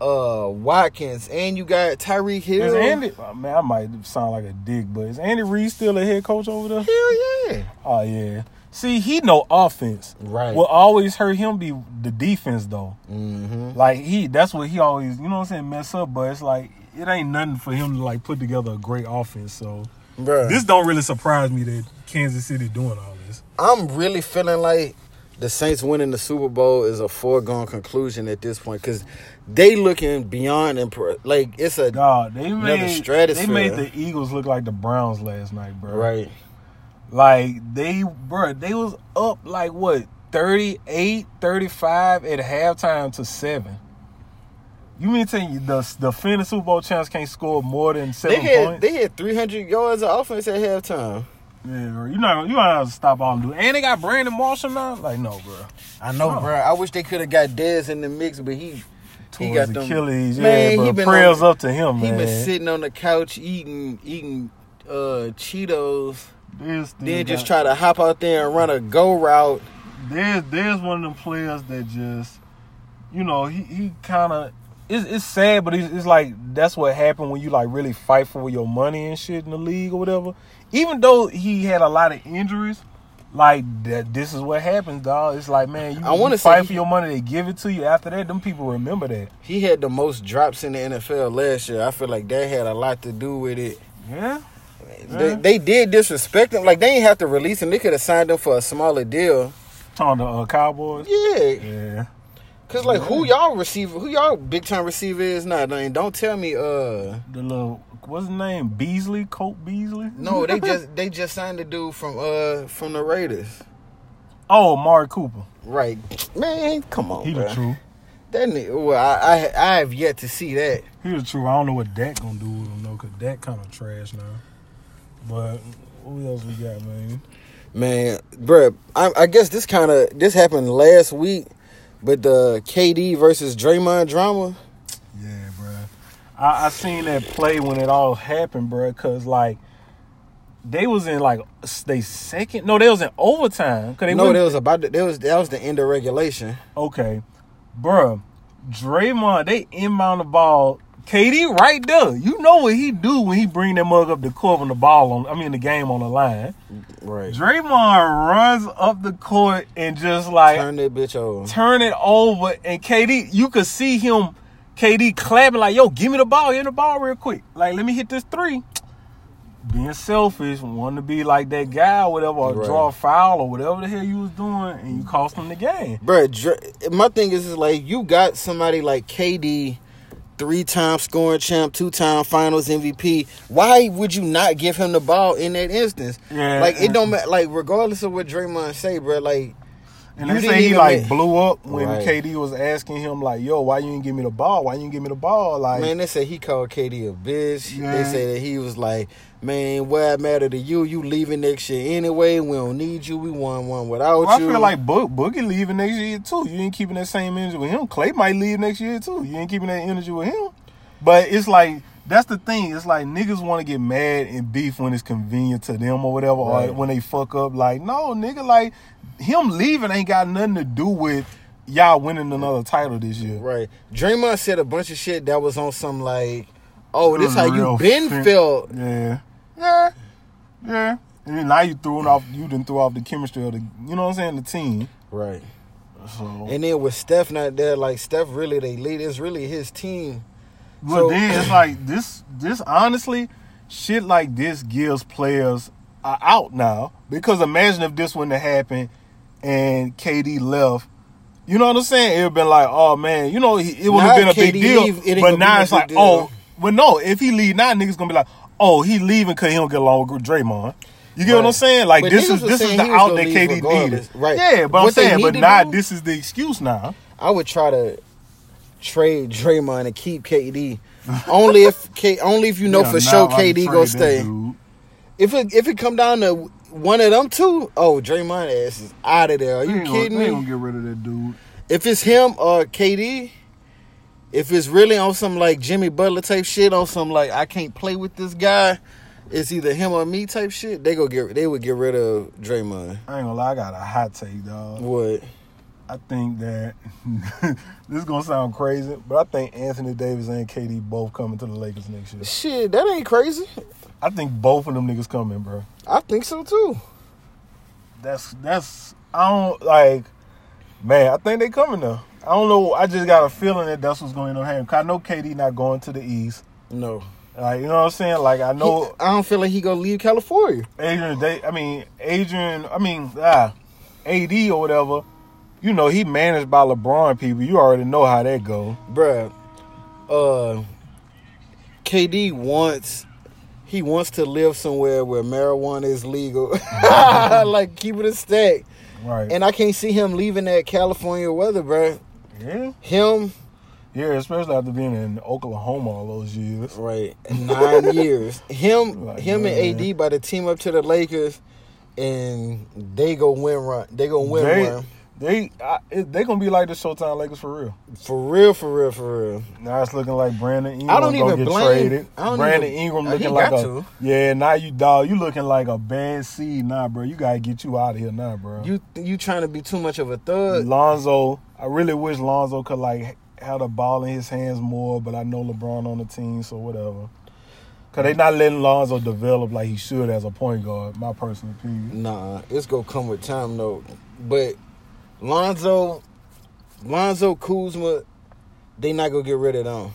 Speaker 2: uh Watkins, and you got Tyreek
Speaker 1: is
Speaker 2: Hill.
Speaker 1: Andy? oh, man, I might sound like a dick, but is Andy Reid still a head coach over there?
Speaker 2: Hell yeah.
Speaker 1: Oh yeah. See, he no offense.
Speaker 2: Right.
Speaker 1: What always hurt him be the defense though.
Speaker 2: Mm-hmm.
Speaker 1: Like he, that's what he always, you know what I'm saying, mess up. But it's like it ain't nothing for him to like put together a great offense. So
Speaker 2: Bruh.
Speaker 1: this don't really surprise me that Kansas City doing all this.
Speaker 2: I'm really feeling like the Saints winning the Super Bowl is a foregone conclusion at this point because they looking beyond impre- like it's a
Speaker 1: God, they made they
Speaker 2: stratosphere.
Speaker 1: made the Eagles look like the Browns last night, bro.
Speaker 2: right.
Speaker 1: Like they, bro, they was up like what 38, 35 at halftime to seven. You mean to tell you the the Finn Super Bowl champs can't score more than
Speaker 2: They
Speaker 1: seven
Speaker 2: had
Speaker 1: points?
Speaker 2: they had 300 yards of offense at halftime.
Speaker 1: yeah, bro, you know you don't have to stop all them dudes. And they got Brandon Marshall now. Like no, bro,
Speaker 2: I know,
Speaker 1: Huh.
Speaker 2: bro. I wish they could have got Dez in the mix, but he he
Speaker 1: Towards
Speaker 2: got them
Speaker 1: Achilles.
Speaker 2: Man,
Speaker 1: yeah, bro.
Speaker 2: he been
Speaker 1: prayers
Speaker 2: on-
Speaker 1: up to him,
Speaker 2: He
Speaker 1: man.
Speaker 2: been sitting on the couch eating eating uh Cheetos,
Speaker 1: This dude
Speaker 2: then just
Speaker 1: got-
Speaker 2: try to hop out there and run a go route.
Speaker 1: there's there's one of them players that just you know he, he kind of it's, it's sad but it's, it's like that's what happened when you like really fight for your money and shit in the league or whatever even though he had a lot of injuries like that this is what happens dog it's like man you,
Speaker 2: I wanna
Speaker 1: you
Speaker 2: say
Speaker 1: fight
Speaker 2: he-
Speaker 1: for your money they give it to you after that them people remember that
Speaker 2: He had the most drops in the NFL last year. I feel like that had a lot to do with it.
Speaker 1: yeah
Speaker 2: They, they did disrespect him. Like they ain't have to release him. They could have signed him for a smaller deal.
Speaker 1: talking to uh, cowboys
Speaker 2: Yeah,
Speaker 1: yeah
Speaker 2: cause like who y'all receiver, who y'all big time receiver is not. I mean, don't tell me. Uh,
Speaker 1: the little what's his name beasley colt beasley
Speaker 2: no, they just they just signed the dude from uh from the Raiders.
Speaker 1: oh amari cooper
Speaker 2: Right, man. Come on,
Speaker 1: he the
Speaker 2: bruh.
Speaker 1: truth
Speaker 2: That nigga, well, I, I I have yet to see that.
Speaker 1: He was true. I don't know what Dak gonna do with him though, cause Dak kind of trash now. But who else we got, man?
Speaker 2: Man, bruh, I, I guess this kind of this happened last week, but the KD versus Draymond drama.
Speaker 1: Yeah, bro. I, I seen that play when it all happened, bro. Cause like they was in like s- they second. No, they was in overtime. Cause they
Speaker 2: no,
Speaker 1: went-
Speaker 2: that was about the, that was that was the end of regulation.
Speaker 1: okay, bruh, Draymond, they inbound the ball. KD right there. You know what he do when he bring that mug up the court when the ball on. I mean the game on the line.
Speaker 2: Right.
Speaker 1: Draymond runs up the court and just like
Speaker 2: Turn that bitch over.
Speaker 1: turn it over, and KD, you could see him, KD clapping like, "Yo, give me the ball, get the ball real quick. Like, let me hit this three. Being selfish, wanting to be like that guy or whatever, or
Speaker 2: Right.
Speaker 1: draw a foul or whatever the hell you was doing, and you cost him the game.
Speaker 2: Bruh, Dr- my thing is, is like you got somebody like KD, three time scoring champ, two time finals MVP. Why would you not give him the ball in that instance?
Speaker 1: Yeah,
Speaker 2: Like it
Speaker 1: and-
Speaker 2: don't matter like regardless of what Draymond say, bruh, like
Speaker 1: And
Speaker 2: You
Speaker 1: they
Speaker 2: didn't
Speaker 1: say he
Speaker 2: even
Speaker 1: like
Speaker 2: let-
Speaker 1: blew up when
Speaker 2: Right.
Speaker 1: KD was asking him like, "Yo, why you ain't give me the ball? Why you ain't give me the ball?" Like,
Speaker 2: Man, they said he called KD a bitch.
Speaker 1: Yeah.
Speaker 2: They said that he was like, man, what I matter to you? You leaving next year anyway. We don't need you. We won one without
Speaker 1: Well, I
Speaker 2: you.
Speaker 1: feel like Bo- Boogie leaving next year too. You ain't keeping that same energy with him. Clay might leave next year too. You ain't keeping that energy with him. But it's like that's the thing. It's like niggas want to get mad and beef when it's convenient to them or whatever, or
Speaker 2: Right.
Speaker 1: when they fuck up. Like no, nigga, like him leaving ain't got nothing to do with y'all winning another title this year.
Speaker 2: right. Draymond said a bunch of shit that was on some like, oh, this how
Speaker 1: Real
Speaker 2: you been
Speaker 1: fin-
Speaker 2: felt.
Speaker 1: Yeah, yeah, yeah. And then now you throwing off. You done threw off the chemistry of the. You know what I'm saying? The team.
Speaker 2: Right.
Speaker 1: So
Speaker 2: And then with Steph not there, like Steph really they lead. It's really his team.
Speaker 1: But
Speaker 2: So-
Speaker 1: then it's like this. This honestly, shit like this gives players a out now because imagine if this wouldn't have happened and KD left. You know what I'm saying? It would been like, oh man, you know, he, it would
Speaker 2: Now
Speaker 1: have been a
Speaker 2: if
Speaker 1: big
Speaker 2: KD
Speaker 1: deal.
Speaker 2: leave, it ain't gonna
Speaker 1: but
Speaker 2: be
Speaker 1: now
Speaker 2: no
Speaker 1: it's
Speaker 2: big
Speaker 1: like,
Speaker 2: deal.
Speaker 1: oh, well, no. If he leave now, niggas gonna be like, oh, he leaving because he don't get along with Draymond. You get what I'm
Speaker 2: Right.
Speaker 1: saying? Like
Speaker 2: But
Speaker 1: this
Speaker 2: niggas
Speaker 1: is
Speaker 2: was
Speaker 1: this is
Speaker 2: saying
Speaker 1: the
Speaker 2: he was
Speaker 1: out
Speaker 2: gonna
Speaker 1: that
Speaker 2: leave
Speaker 1: KD needed.
Speaker 2: regardless. Right.
Speaker 1: Yeah, but I'm
Speaker 2: What they
Speaker 1: saying,
Speaker 2: need
Speaker 1: but
Speaker 2: to
Speaker 1: now
Speaker 2: do-
Speaker 1: this is the excuse now.
Speaker 2: I would try to trade Draymond and
Speaker 1: [LAUGHS]
Speaker 2: keep KD. only if K, only if you know
Speaker 1: Yeah,
Speaker 2: for
Speaker 1: now
Speaker 2: sure
Speaker 1: I'm
Speaker 2: KD
Speaker 1: trading
Speaker 2: gonna
Speaker 1: this
Speaker 2: stay.
Speaker 1: dude.
Speaker 2: If it if it come down to one of them two, oh Draymond ass is out of there. Are
Speaker 1: They
Speaker 2: you
Speaker 1: ain't gonna- They
Speaker 2: kidding me?
Speaker 1: ain't gonna get rid of that dude.
Speaker 2: if it's him or KD, if it's really on some like Jimmy Butler type shit, on some like I can't play with this guy, it's either him or me type shit. They go get they would get rid of
Speaker 1: I
Speaker 2: Draymond.
Speaker 1: ain't gonna lie, I got a hot take, dog.
Speaker 2: What?
Speaker 1: I think that [LAUGHS] this is gonna sound crazy, but I think Anthony Davis and KD both coming to the Lakers next year.
Speaker 2: Shit, that ain't crazy.
Speaker 1: I think both of them niggas coming, bro.
Speaker 2: I think so too.
Speaker 1: That's that's I don't like, man. I think they coming though. I don't know. I just got a feeling that that's what's going to happen. Cause I know KD not going to the East.
Speaker 2: No,
Speaker 1: Like you know what I'm saying. Like I know
Speaker 2: He- I don't feel like he gonna leave California.
Speaker 1: Adrian, they, I mean, Adrian, I mean, ah, AD or whatever, you know, he managed by LeBron people. You already know how that go.
Speaker 2: bruh, uh, KD wants he wants to live somewhere where marijuana is legal. [LAUGHS] like keep it a stack.
Speaker 1: Right.
Speaker 2: And I can't see him leaving that California weather, bruh.
Speaker 1: yeah.
Speaker 2: Him,
Speaker 1: Yeah, especially after being in Oklahoma all those years.
Speaker 2: right, [LAUGHS] nine years. Him,
Speaker 1: Like,
Speaker 2: him and
Speaker 1: man.
Speaker 2: AD by the team up to the Lakers, and they go win run. They go win
Speaker 1: They,
Speaker 2: run
Speaker 1: they, I, it, they gonna be like the Showtime Lakers for real.
Speaker 2: for real, for real, for real.
Speaker 1: Now it's looking like Brandon Ingram
Speaker 2: I don't
Speaker 1: gonna
Speaker 2: even
Speaker 1: get
Speaker 2: blame-
Speaker 1: traded.
Speaker 2: I don't
Speaker 1: Brandon
Speaker 2: even-
Speaker 1: Ingram
Speaker 2: uh,
Speaker 1: looking
Speaker 2: he
Speaker 1: like
Speaker 2: got
Speaker 1: a
Speaker 2: to.
Speaker 1: yeah. Now you dog, you looking like a bad seed, nah, bro. You gotta get you out of here, nah, bro.
Speaker 2: You you trying to be too much of a thug?
Speaker 1: Lonzo, I really wish Lonzo could like have the ball in his hands more, but I know LeBron on the team, so whatever. Cause they not letting Lonzo develop like he should as a point guard. My personal opinion.
Speaker 2: Nah, it's gonna come with time though. But Lonzo, Lonzo Kuzma, they not gonna get rid of them.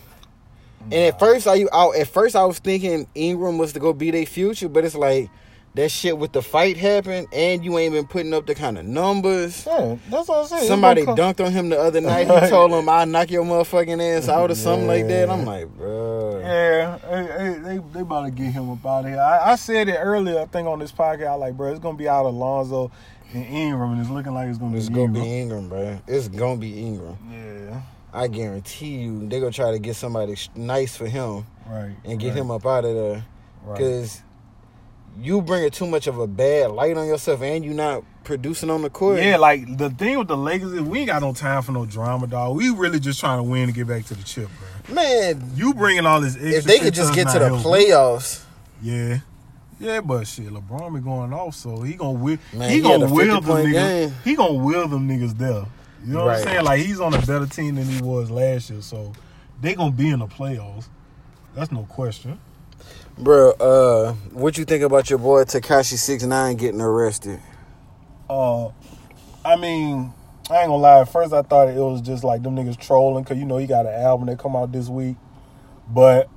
Speaker 2: And at first, I, I at first I was thinking Ingram was to go be their future, but it's like that shit with the fight happened, and you ain't been putting up the kind of numbers.
Speaker 1: Yeah, that's what I'm saying. It's
Speaker 2: Somebody
Speaker 1: gonna come-
Speaker 2: dunked on him the other night.
Speaker 1: [LAUGHS]
Speaker 2: He told him, "I'll knock your motherfucking ass out" or something like that. I'm
Speaker 1: Yeah.
Speaker 2: like, bruh.
Speaker 1: Yeah, they, they, they about to get him up out of here. I, I said it earlier. I think on this podcast, I like, bro, it's gonna be out of Lonzo and Ingram, and it's looking like it's gonna
Speaker 2: It's
Speaker 1: be
Speaker 2: gonna
Speaker 1: Ingram.
Speaker 2: be Ingram, bruh. It's gonna be Ingram.
Speaker 1: yeah,
Speaker 2: I guarantee you, they gonna try to get somebody sh- nice for him
Speaker 1: right.
Speaker 2: and get
Speaker 1: right,
Speaker 2: him up out of there.
Speaker 1: Right.
Speaker 2: Cause you bringing too much of a bad light on yourself, and you not producing on the court.
Speaker 1: Yeah, like the thing with the Lakers is we ain't got no time for no drama, dog. We really just trying to win to get back to the chip, bro.
Speaker 2: man.
Speaker 1: You bringing all this extra
Speaker 2: If they
Speaker 1: shit
Speaker 2: could just
Speaker 1: us
Speaker 2: get to
Speaker 1: not
Speaker 2: the
Speaker 1: helping.
Speaker 2: playoffs,
Speaker 1: yeah, yeah, but shit, LeBron be going off, so he gonna will,
Speaker 2: Man,
Speaker 1: he,
Speaker 2: he had
Speaker 1: gonna
Speaker 2: a
Speaker 1: will them
Speaker 2: 50-point
Speaker 1: niggas,
Speaker 2: game.
Speaker 1: he gonna will them niggas there. You know what I'm
Speaker 2: Right.
Speaker 1: saying? Like he's on a better team than he was last year, so they gonna be in the playoffs. That's no question.
Speaker 2: bro. Uh, what you think about your boy Takashi Six Nine getting arrested?
Speaker 1: Uh, I mean, I ain't gonna lie. At first, I thought it was just like them niggas trolling because you know he got an album that come out this week. But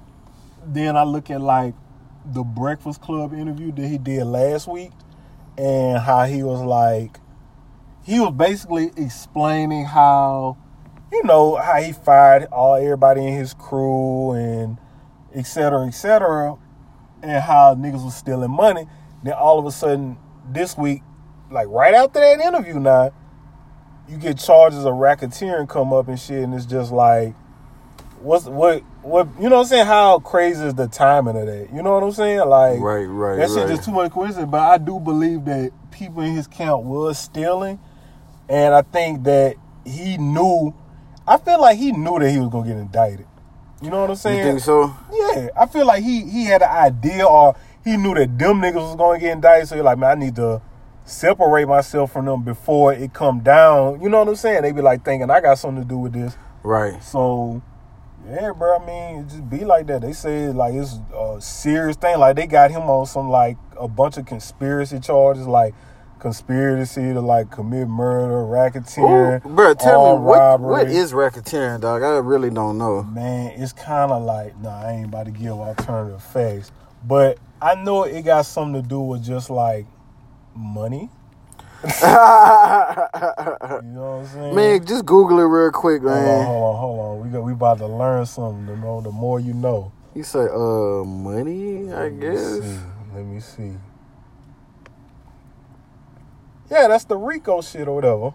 Speaker 1: then I look at like the Breakfast Club interview that he did last week, and how he was like, he was basically explaining how, you know, how he fired all everybody in his crew and et cetera, et cetera, and how niggas was stealing money. Then all of a sudden, this week, like right after that interview, now you get charges of racketeering come up and shit, and it's just like, what's what what you know what I'm saying? How crazy is the timing of that? You know what I'm saying? Like,
Speaker 2: Right, right,
Speaker 1: That shit
Speaker 2: right.
Speaker 1: just too much coincidence. But I do believe that people in his camp was stealing, and I think that he knew. I feel like he knew that he was gonna get indicted. You know what I'm saying?
Speaker 2: You think so?
Speaker 1: Yeah, I feel like he he had an idea or he knew that them niggas was gonna get indicted. So he like, man, I need to separate myself from them before it come down. You know what I'm saying? They be like thinking I got something to do with this.
Speaker 2: Right.
Speaker 1: So yeah, bro. I mean, it just be like that. They say like it's a serious thing. Like they got him on some like a bunch of conspiracy charges. Like conspiracy to like commit murder, racketeering,
Speaker 2: bro, tell me
Speaker 1: armed
Speaker 2: what,
Speaker 1: robbery.
Speaker 2: what is racketeering, dog? I really
Speaker 1: [LAUGHS]
Speaker 2: don't know. [LAUGHS]
Speaker 1: Man, it's kind of like, nah, I ain't about to give alternative facts. But I know it got something to do with just like money. You know what I'm saying?
Speaker 2: Uh, man, just Google it real quick,
Speaker 1: hold on,
Speaker 2: man.
Speaker 1: hold on, hold on. We got, we about to learn something. You know, the more you know.
Speaker 2: You say, uh, money, I
Speaker 1: Let me
Speaker 2: guess.
Speaker 1: see. Let me see. Yeah, that's the Rico shit or whatever.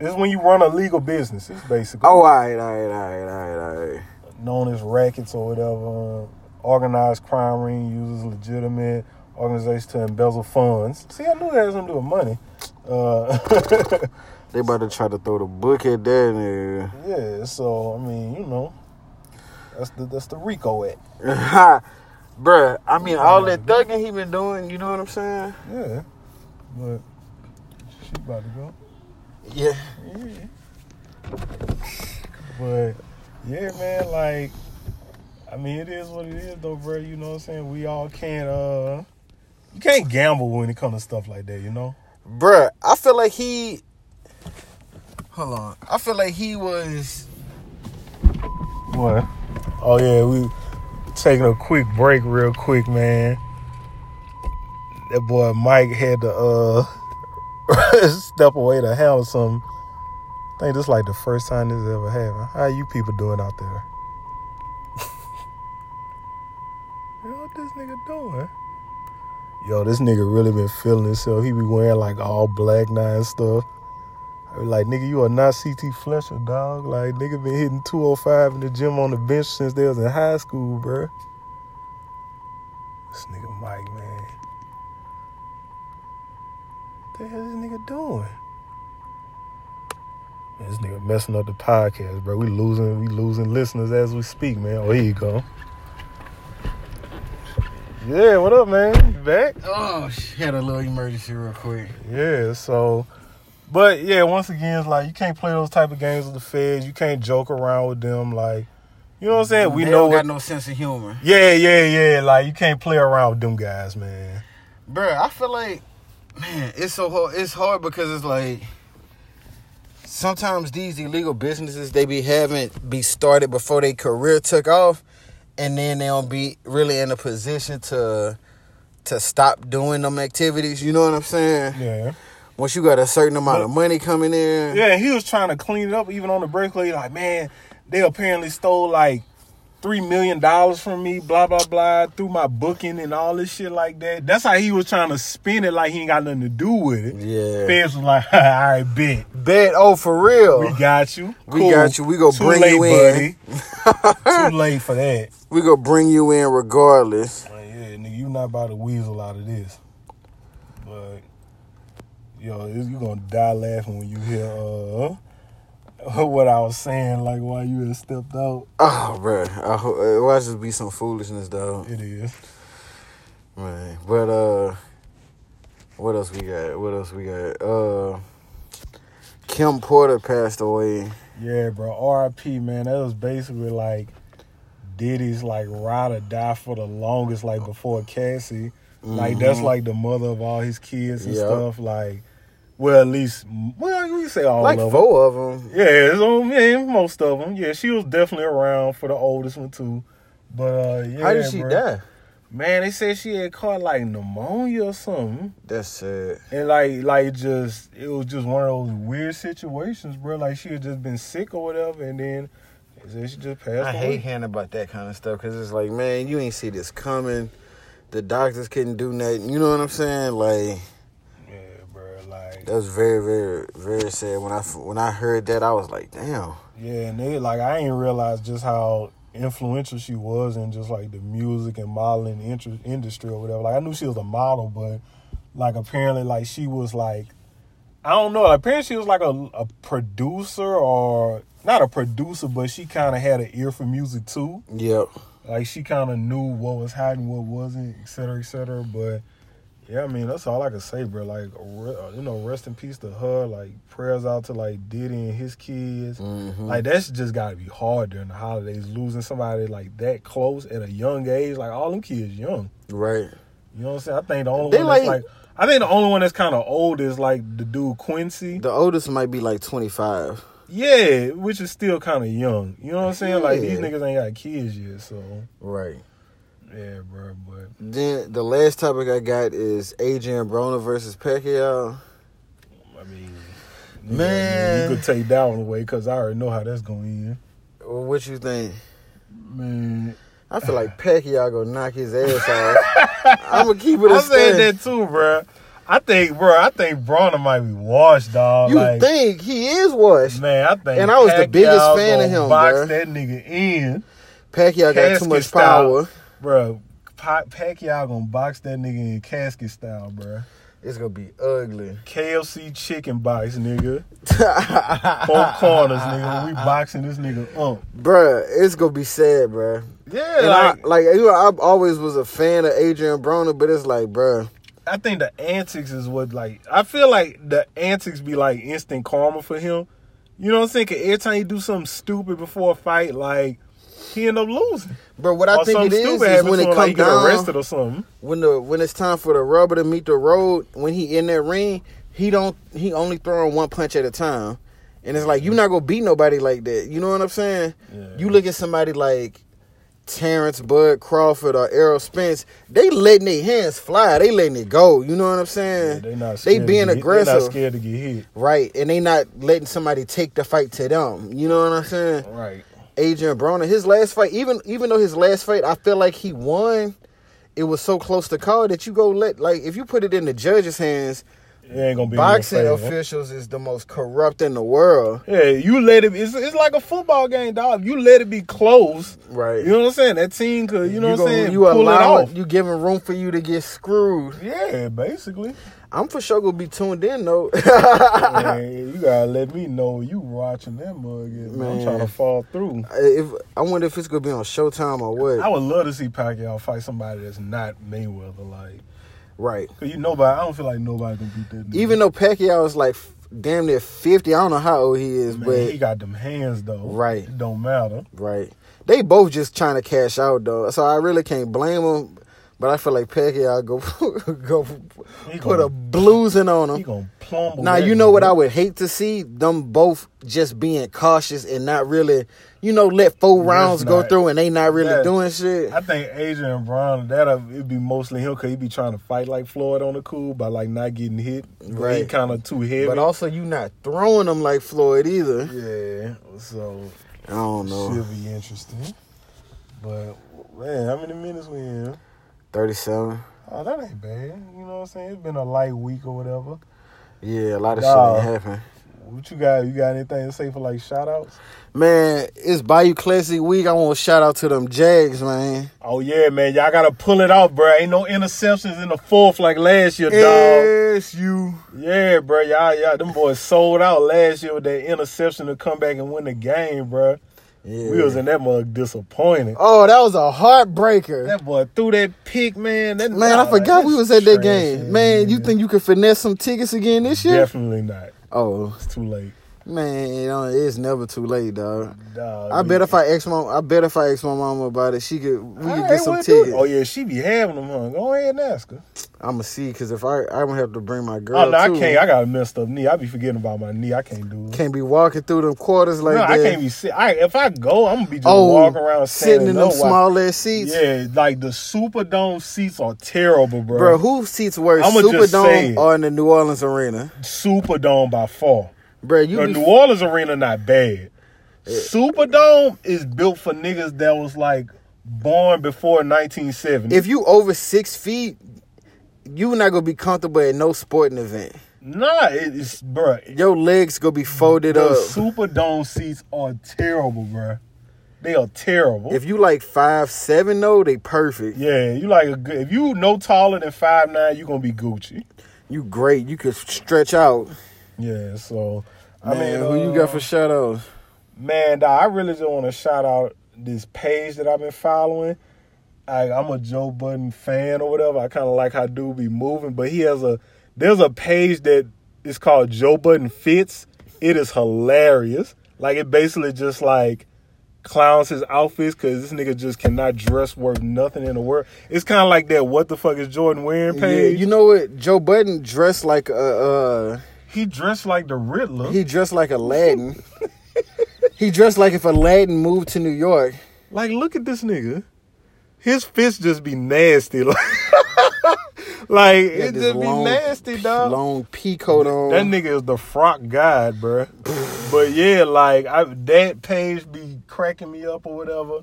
Speaker 1: It's when you run a legal business. It's basically
Speaker 2: Oh, all right, all right, all right, all right, all right.
Speaker 1: known as rackets or whatever. Organized crime ring uses legitimate organizations to embezzle funds. See, I knew that had something to do with money. Uh, [LAUGHS]
Speaker 2: They about to try to throw the book at that
Speaker 1: yeah, so I mean, you know, that's the that's the Rico Act.
Speaker 2: nigga. [LAUGHS] Bruh, I mean, all
Speaker 1: Mm-hmm.
Speaker 2: that thugging he been doing, you know what I'm saying?
Speaker 1: Yeah, but she about to go.
Speaker 2: Yeah.
Speaker 1: But yeah, man, like I mean, it is what it is, though, bro. You know what I'm saying? We all can't. uh You can't gamble when it comes to stuff like that, you know.
Speaker 2: Bruh, I feel like he. Hold on. I feel like he was.
Speaker 1: What? Oh yeah, we taking a quick break, real quick, man. That boy Mike had to uh [LAUGHS] step away to handle something. I think this like the first time this ever happened. How you people doing out there? [LAUGHS] Yo, what this nigga doing? Yo, this nigga really been feeling himself. He be wearing like all black now and stuff. I be like, nigga, you are not CT Fletcher, dog. Like, nigga been hitting 205 in the gym on the bench since they was in high school, bruh. This nigga Mike, man. What the hell this nigga doing? Man, this nigga messing up the podcast, bro. We losing, we losing listeners as we speak, man. Oh, here you go. Yeah, what up, man? You back?
Speaker 2: Oh, she had a little emergency real quick.
Speaker 1: Yeah, so but yeah, once again, it's like you can't play those type of games with the feds. You can't joke around with them. Like, you know what I'm saying? We
Speaker 2: They
Speaker 1: know
Speaker 2: don't
Speaker 1: what.
Speaker 2: got no sense of humor.
Speaker 1: yeah, yeah, yeah. Like you can't play around with them guys, man.
Speaker 2: Bruh, I feel like, man, it's so hard. It's hard because it's like sometimes these illegal businesses they be having be started before their career took off, and then they don't be really in a position to to stop doing them activities. You know what I'm saying?
Speaker 1: Yeah.
Speaker 2: Once you got a certain amount of money coming in,
Speaker 1: Yeah, and he was trying to clean it up even on the break. Like, like, man, they apparently stole like three million dollars from me, blah blah blah, through my booking and all this shit like that. That's how he was trying to spin it, like he ain't got nothing to do with it.
Speaker 2: Yeah.
Speaker 1: Feds was like, [LAUGHS] all right, bet.
Speaker 2: bet oh for real,
Speaker 1: We got you.
Speaker 2: We got you. We gonna bring you in. [LAUGHS]
Speaker 1: Buddy. Too late for that.
Speaker 2: we gonna bring you in regardless.
Speaker 1: Like, yeah, nigga, you not about to weasel out of this. But yo, it's- you gonna die laughing when you hear uh [LAUGHS] what I was saying, like why you had stepped out.
Speaker 2: Oh, bruh, I ho- uh, why just be some foolishness though,
Speaker 1: It is.
Speaker 2: man. But uh, what else we got? What else we got? Uh, Kim Porter passed away.
Speaker 1: Yeah, bro. R.I.P. Man, that was basically like Diddy's like ride or die for the longest, like before Cassie. Like that's like the mother of all his kids and
Speaker 2: Mm-hmm. Yep.
Speaker 1: stuff. Like, well, at least well, you can say all
Speaker 2: Like
Speaker 1: of 'em.
Speaker 2: four of them.
Speaker 1: Yeah, so, yeah, most of them. Yeah, she was definitely around for the oldest one too. But uh, yeah,
Speaker 2: How did she
Speaker 1: bro.
Speaker 2: die?
Speaker 1: Man, they said she had caught like pneumonia or something,
Speaker 2: That's sad.
Speaker 1: and like like just it was just one of those weird situations, bro. Like she had just been sick or whatever, and then they said she just passed
Speaker 2: I
Speaker 1: away.
Speaker 2: hate hearing about that kind of stuff because it's like, man, you ain't see this coming. The doctors couldn't do nothing. You know what I'm saying? Like
Speaker 1: Yeah, bro. Like
Speaker 2: that's very, very, very sad. When I f- when I heard that, I was like, damn.
Speaker 1: yeah, and they like I ain't realize just how influential she was in just like the music and modeling inter- industry or whatever. Like I knew she was a model, but like apparently like she was like I don't know. Apparently, she was like a, a producer or not a producer, but she kind of had an ear for music too.
Speaker 2: Yep.
Speaker 1: Like she kind of knew what was hot and what wasn't, et cetera, et cetera. But yeah, I mean, that's all I can say, bro. Like, re- you know, rest in peace to her. Like, prayers out to like Diddy and his kids.
Speaker 2: Mhm.
Speaker 1: Like, that's just gotta be hard during the holidays, losing somebody like that close at a young age. Like, all them kids young.
Speaker 2: Right.
Speaker 1: You know what I'm saying? I think the only
Speaker 2: They
Speaker 1: one that's
Speaker 2: like-
Speaker 1: like I think the only one that's kind of old is like the dude Quincy.
Speaker 2: The oldest might be like 25.
Speaker 1: Yeah, which is still kind of young. You know what I'm saying? Like these
Speaker 2: Yeah.
Speaker 1: niggas ain't got kids yet, so
Speaker 2: Right.
Speaker 1: yeah, bro. But
Speaker 2: Then the last topic I got is Adrian Broner versus Pacquiao.
Speaker 1: I mean,
Speaker 2: Man.
Speaker 1: you could take that one away because I already know how that's going to end.
Speaker 2: Well, what you think?
Speaker 1: Man,
Speaker 2: I feel like Pacquiao gonna knock his
Speaker 1: [LAUGHS]
Speaker 2: ass off. I'm gonna keep it a
Speaker 1: I said
Speaker 2: stand.
Speaker 1: that too, bro. I think, bro, I think Bronner might be washed, dog.
Speaker 2: You
Speaker 1: like,
Speaker 2: think he is washed?
Speaker 1: Man, I think
Speaker 2: And I was the
Speaker 1: Pacquiao
Speaker 2: biggest fan of
Speaker 1: gonna
Speaker 2: him,
Speaker 1: Box
Speaker 2: bruh.
Speaker 1: that nigga in,
Speaker 2: Pacquiao got too
Speaker 1: Casket
Speaker 2: much
Speaker 1: style.
Speaker 2: power.
Speaker 1: bro. Pa- Pacquiao gonna box that nigga in casket style, bro.
Speaker 2: It's gonna be ugly.
Speaker 1: KFC chicken box, nigga.
Speaker 2: [LAUGHS]
Speaker 1: Four corners, nigga. We boxing this nigga up.
Speaker 2: [LAUGHS] bruh, it's gonna be sad, bruh.
Speaker 1: Yeah,
Speaker 2: And
Speaker 1: like,
Speaker 2: I, like you know, I always was a fan of Adrian Broner, but it's like, bruh,
Speaker 1: I think the antics is what like I feel like the antics be like instant karma for him. You know what I'm saying? 'Cause every time he do something stupid before a fight, like he end up losing.
Speaker 2: bro. What I
Speaker 1: or
Speaker 2: think it
Speaker 1: something
Speaker 2: is,
Speaker 1: stupid
Speaker 2: is
Speaker 1: happens
Speaker 2: when
Speaker 1: to
Speaker 2: it
Speaker 1: him,
Speaker 2: comes
Speaker 1: like he get
Speaker 2: down,
Speaker 1: arrested or something.
Speaker 2: when the when it's time for the rubber to meet the road, when he in that ring, he don't he only throwing one punch at a time, and it's like you're not gonna beat nobody like that. You know what I'm saying?
Speaker 1: Yeah.
Speaker 2: You look at somebody like Terrence Bud Crawford or Errol Spence, they letting their hands fly, they letting it go. You know what I'm saying?
Speaker 1: Yeah, they not
Speaker 2: They
Speaker 1: scared to
Speaker 2: being
Speaker 1: get- They
Speaker 2: aggressive.
Speaker 1: not scared to get hit.
Speaker 2: right, and they not letting somebody take the fight to them. You know what I'm saying?
Speaker 1: Right.
Speaker 2: Adrian Broner. His last fight, even even though his last fight, I feel like he won. It was so close to call that you go let like if you put it in the judges' hands,
Speaker 1: It ain't gonna be in your
Speaker 2: boxing
Speaker 1: favor.
Speaker 2: officials is the most corrupt in the world.
Speaker 1: Yeah, you let it. It's, it's like a football game, dog. If You let it be close.
Speaker 2: Right.
Speaker 1: You know what I'm saying? That team could. You know what I'm
Speaker 2: gonna-
Speaker 1: saying?
Speaker 2: You
Speaker 1: Pull
Speaker 2: allow
Speaker 1: it off.
Speaker 2: you giving room for you to get screwed.
Speaker 1: yeah, basically.
Speaker 2: I'm for sure gonna be tuned in though. [LAUGHS]
Speaker 1: Man, you gotta let me know you watching that mug. Man. I'm
Speaker 2: Man.
Speaker 1: trying to fall through.
Speaker 2: if I wonder if it's gonna be on Showtime or
Speaker 1: I
Speaker 2: what.
Speaker 1: would love to see Pacquiao fight somebody that's not Mayweather, like,
Speaker 2: Right.
Speaker 1: cause you nobody. I don't feel like nobody can beat that. Nigga.
Speaker 2: Even though Pacquiao is like f- damn near fifty, I don't know how old he is,
Speaker 1: Man,
Speaker 2: but
Speaker 1: he got them hands though.
Speaker 2: Right.
Speaker 1: It don't matter.
Speaker 2: Right. They both just trying to cash out though, so I really can't blame them. But I feel like Pacquiao go [LAUGHS] go
Speaker 1: He
Speaker 2: put
Speaker 1: gonna-
Speaker 2: a bluesing on
Speaker 1: He
Speaker 2: him.
Speaker 1: gonna plumb.
Speaker 2: Now you know what I would hate to see them both just being cautious and not really, you know, let four
Speaker 1: That's
Speaker 2: rounds go
Speaker 1: not-
Speaker 2: through and they not really
Speaker 1: that-
Speaker 2: doing shit.
Speaker 1: I think Adrian Brown, that uh, it'd be mostly him because he be trying to fight like Floyd on the cool by like not getting hit. Right. He
Speaker 2: Right.
Speaker 1: kind of too heavy.
Speaker 2: But also you not throwing them like Floyd either.
Speaker 1: yeah, so
Speaker 2: I don't know.
Speaker 1: should be interesting. But man, how many minutes we in?
Speaker 2: Thirty-seven.
Speaker 1: Oh, that ain't bad. You know what I'm saying? It's been a light week or whatever.
Speaker 2: Yeah, a lot of
Speaker 1: Nah.
Speaker 2: shit ain't happened.
Speaker 1: What you got? You got anything to say for like shout outs?
Speaker 2: Man, it's Bayou Classic week. I want to shout out to them Jags, man.
Speaker 1: Oh yeah, man, y'all gotta pull it off, bro. Ain't no interceptions in the fourth like last year, dog.
Speaker 2: Yes, you.
Speaker 1: Yeah, bro. Y'all, y'all, them boys sold out last year with that interception to come back and win the game, bro.
Speaker 2: Yeah.
Speaker 1: We was in that mug disappointed.
Speaker 2: Oh, that was a heartbreaker.
Speaker 1: That boy threw that pick, man. That,
Speaker 2: Man, I
Speaker 1: nah,
Speaker 2: forgot we
Speaker 1: that's
Speaker 2: was at that
Speaker 1: trash,
Speaker 2: game. Man, you think you could finesse some tickets again this year?
Speaker 1: Definitely not.
Speaker 2: Oh,
Speaker 1: It's too late.
Speaker 2: man, you know, it's never too late, dog.
Speaker 1: Dog,
Speaker 2: I
Speaker 1: we-
Speaker 2: bet if I ask my I bet if I ask my mama about it, she could we
Speaker 1: I
Speaker 2: could
Speaker 1: ain't
Speaker 2: get some
Speaker 1: wanna do it.
Speaker 2: tickets.
Speaker 1: Oh yeah, she be having them, huh? Go ahead and ask her.
Speaker 2: I'ma see because if I I'm gonna have to bring my girl.
Speaker 1: Oh no, I
Speaker 2: too.
Speaker 1: can't. I got a messed up knee. I be forgetting about my knee. I can't do it.
Speaker 2: Can't be walking through them quarters like
Speaker 1: no,
Speaker 2: that.
Speaker 1: I can't be sit. I, if I go, I'm gonna be just
Speaker 2: oh,
Speaker 1: walking around
Speaker 2: sitting
Speaker 1: standing
Speaker 2: in them
Speaker 1: up, watch-
Speaker 2: small ass seats.
Speaker 1: Yeah, like the Superdome seats are terrible, bro.
Speaker 2: Bro, who seats worse,
Speaker 1: I'ma just say
Speaker 2: Superdome
Speaker 1: it.
Speaker 2: or in the New Orleans Arena?
Speaker 1: Superdome by far.
Speaker 2: Bro, you
Speaker 1: the
Speaker 2: be Eh.
Speaker 1: New Orleans arena not bad. Superdome is built for niggas that was like born before 1970.
Speaker 2: if you over six feet, you not gonna be comfortable at no sporting event.
Speaker 1: nah, it- it's bruh.
Speaker 2: Your legs gonna be folded
Speaker 1: The
Speaker 2: up.
Speaker 1: Superdome seats are terrible, bruh. They are terrible.
Speaker 2: If you like five seven though, they perfect.
Speaker 1: yeah, you like a good. If you no taller than five nine, you gonna be Gucci.
Speaker 2: You great. You could stretch out.
Speaker 1: Yeah, so
Speaker 2: Man,
Speaker 1: I mean,
Speaker 2: who you
Speaker 1: uh,
Speaker 2: got for shadows?
Speaker 1: Man, dawg, I really just want to shout out this page that I've been following. I, I'm a Joe Budden fan or whatever. I kind of like how dude be moving, but he has a there's a page that is called Joe Budden Fits. It is hilarious. Like it basically just like clowns his outfits because this nigga just cannot dress worth nothing in the world. It's kind of like that. What the fuck is Jordan wearing?
Speaker 2: Yeah,
Speaker 1: Page.
Speaker 2: you know what? Joe Budden dressed like a
Speaker 1: he dressed like the Riddler.
Speaker 2: uh, he dressed like Aladdin. he dressed like if Aladdin moved to New York.
Speaker 1: Like, look at this nigga. His fists just be nasty. [LAUGHS] Like, like
Speaker 2: He had
Speaker 1: it
Speaker 2: this
Speaker 1: just
Speaker 2: long
Speaker 1: be nasty,
Speaker 2: p-
Speaker 1: dog.
Speaker 2: Long pea coat on.
Speaker 1: That nigga is the frock god, bruh. but yeah, like I, that page be cracking me up or whatever.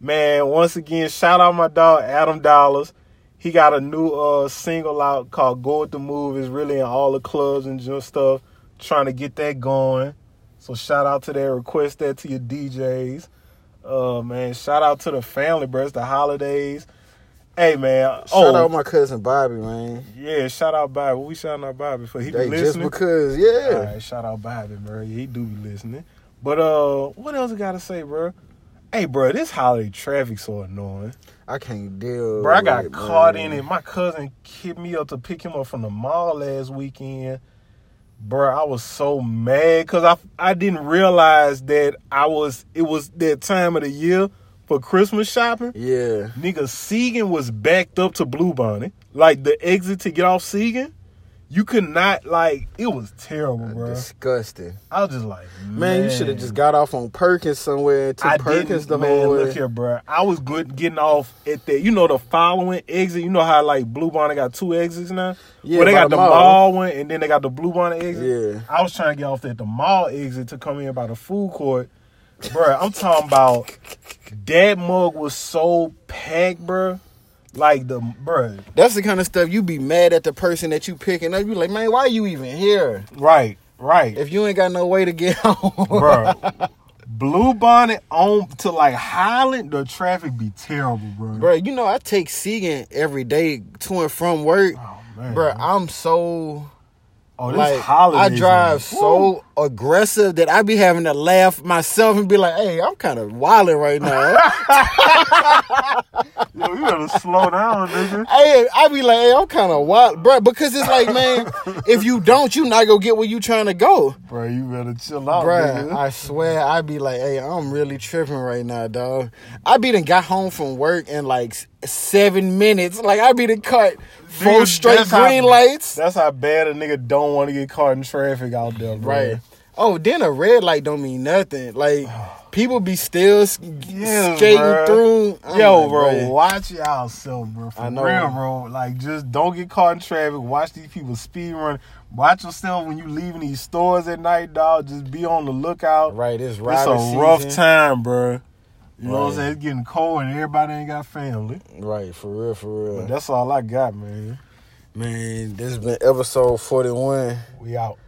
Speaker 1: Man, once again, shout out my dog Adam Dollars. He got a new uh single out called "Go with the Move." It's really in all the clubs and just stuff. Trying to get that going. So shout out to that. Request that to your DJs. Uh man, shout out to the family, bruh. It's the holidays. Hey man,
Speaker 2: Shout
Speaker 1: oh
Speaker 2: out my cousin Bobby, man.
Speaker 1: yeah, shout out Bobby. We shouting out Bobby for he be
Speaker 2: Hey, just
Speaker 1: listening.
Speaker 2: because, yeah.
Speaker 1: All right, shout out Bobby, bro. Yeah, he do be listening. But uh, what else I gotta say, bro? Hey, bro, this holiday traffic so annoying.
Speaker 2: I can't deal.
Speaker 1: Bro, I
Speaker 2: with
Speaker 1: got
Speaker 2: it,
Speaker 1: caught
Speaker 2: man.
Speaker 1: in it. My cousin hit me up to pick him up from the mall last weekend. Bro, I was so mad because I I didn't realize that I was it was that time of the year for Christmas shopping.
Speaker 2: Yeah.
Speaker 1: Nigga, Segan was backed up to Bluebonnet. Like the exit to get off Segan, you could not like it was terrible, bro.
Speaker 2: Disgusting.
Speaker 1: I was just like,
Speaker 2: Man,
Speaker 1: man,
Speaker 2: you should have just got off on Perkins somewhere and took
Speaker 1: I
Speaker 2: Perkins
Speaker 1: Perkins
Speaker 2: the
Speaker 1: didn't,
Speaker 2: whole
Speaker 1: man,
Speaker 2: way.
Speaker 1: look here, bro. I was good getting off at that. You know the following exit. You know how like Blue Bonnet got two exits now.
Speaker 2: Yeah,
Speaker 1: well, they
Speaker 2: by
Speaker 1: got
Speaker 2: the
Speaker 1: the
Speaker 2: mall.
Speaker 1: mall. one, and then they got the Blue Bonnet exit.
Speaker 2: Yeah.
Speaker 1: I was trying to get off at the mall exit to come in by the food court, bro. I'm talking about that mug was so packed, bro. Like the bro,
Speaker 2: That's the kind of stuff you be mad at the person that you picking up. You like, man, why you even here?
Speaker 1: right, right.
Speaker 2: If you ain't got no way to get [LAUGHS] home.
Speaker 1: bro.
Speaker 2: [LAUGHS]
Speaker 1: Blue bonnet on to like Highland, the traffic be terrible, bro.
Speaker 2: Bro, you know I take Segan every day to and from work.
Speaker 1: Oh, man.
Speaker 2: Bro, I'm so
Speaker 1: Oh, this
Speaker 2: like I
Speaker 1: holiday.
Speaker 2: drive so aggressive that I be having to laugh myself and be like, "Hey, I'm kind of wilding right [LAUGHS] now."
Speaker 1: Yo, you gotta slow down, [LAUGHS] nigga.
Speaker 2: hey, I be like, "Hey, I'm kind of wild, bro," because it's like,
Speaker 1: [LAUGHS]
Speaker 2: man, if you don't, you not gonna get where you trying to go,
Speaker 1: Bro, you better chill out,
Speaker 2: bro.
Speaker 1: nigga.
Speaker 2: I swear, I be like, "Hey, I'm really tripping right now, dog." I be done got home from work in like s- seven minutes. Like I be done cut four
Speaker 1: Dude,
Speaker 2: straight
Speaker 1: that's how-
Speaker 2: green lights.
Speaker 1: That's how bad a nigga don't want to get caught in traffic out there, bro.
Speaker 2: Right. Oh, then a red light don't mean
Speaker 1: [SIGHS]
Speaker 2: nothing. Like people be still s-
Speaker 1: Yeah,
Speaker 2: skating
Speaker 1: bruh.
Speaker 2: through. I'm
Speaker 1: Yo,
Speaker 2: like,
Speaker 1: bro,
Speaker 2: bruh.
Speaker 1: watch yourself, bro. For
Speaker 2: I know.
Speaker 1: real, bro. Like, just don't get caught in traffic. Watch these people speed run. Watch yourself when you leaving these stores at night, dog. Just be on the lookout.
Speaker 2: Right, it's
Speaker 1: It's
Speaker 2: rider
Speaker 1: a rough
Speaker 2: season.
Speaker 1: time, bro. You know what
Speaker 2: Right.
Speaker 1: I'm saying? It's getting cold and everybody ain't got family.
Speaker 2: Right, for real, for real.
Speaker 1: But that's all I got, man.
Speaker 2: Man, this has been episode forty one.
Speaker 1: We out.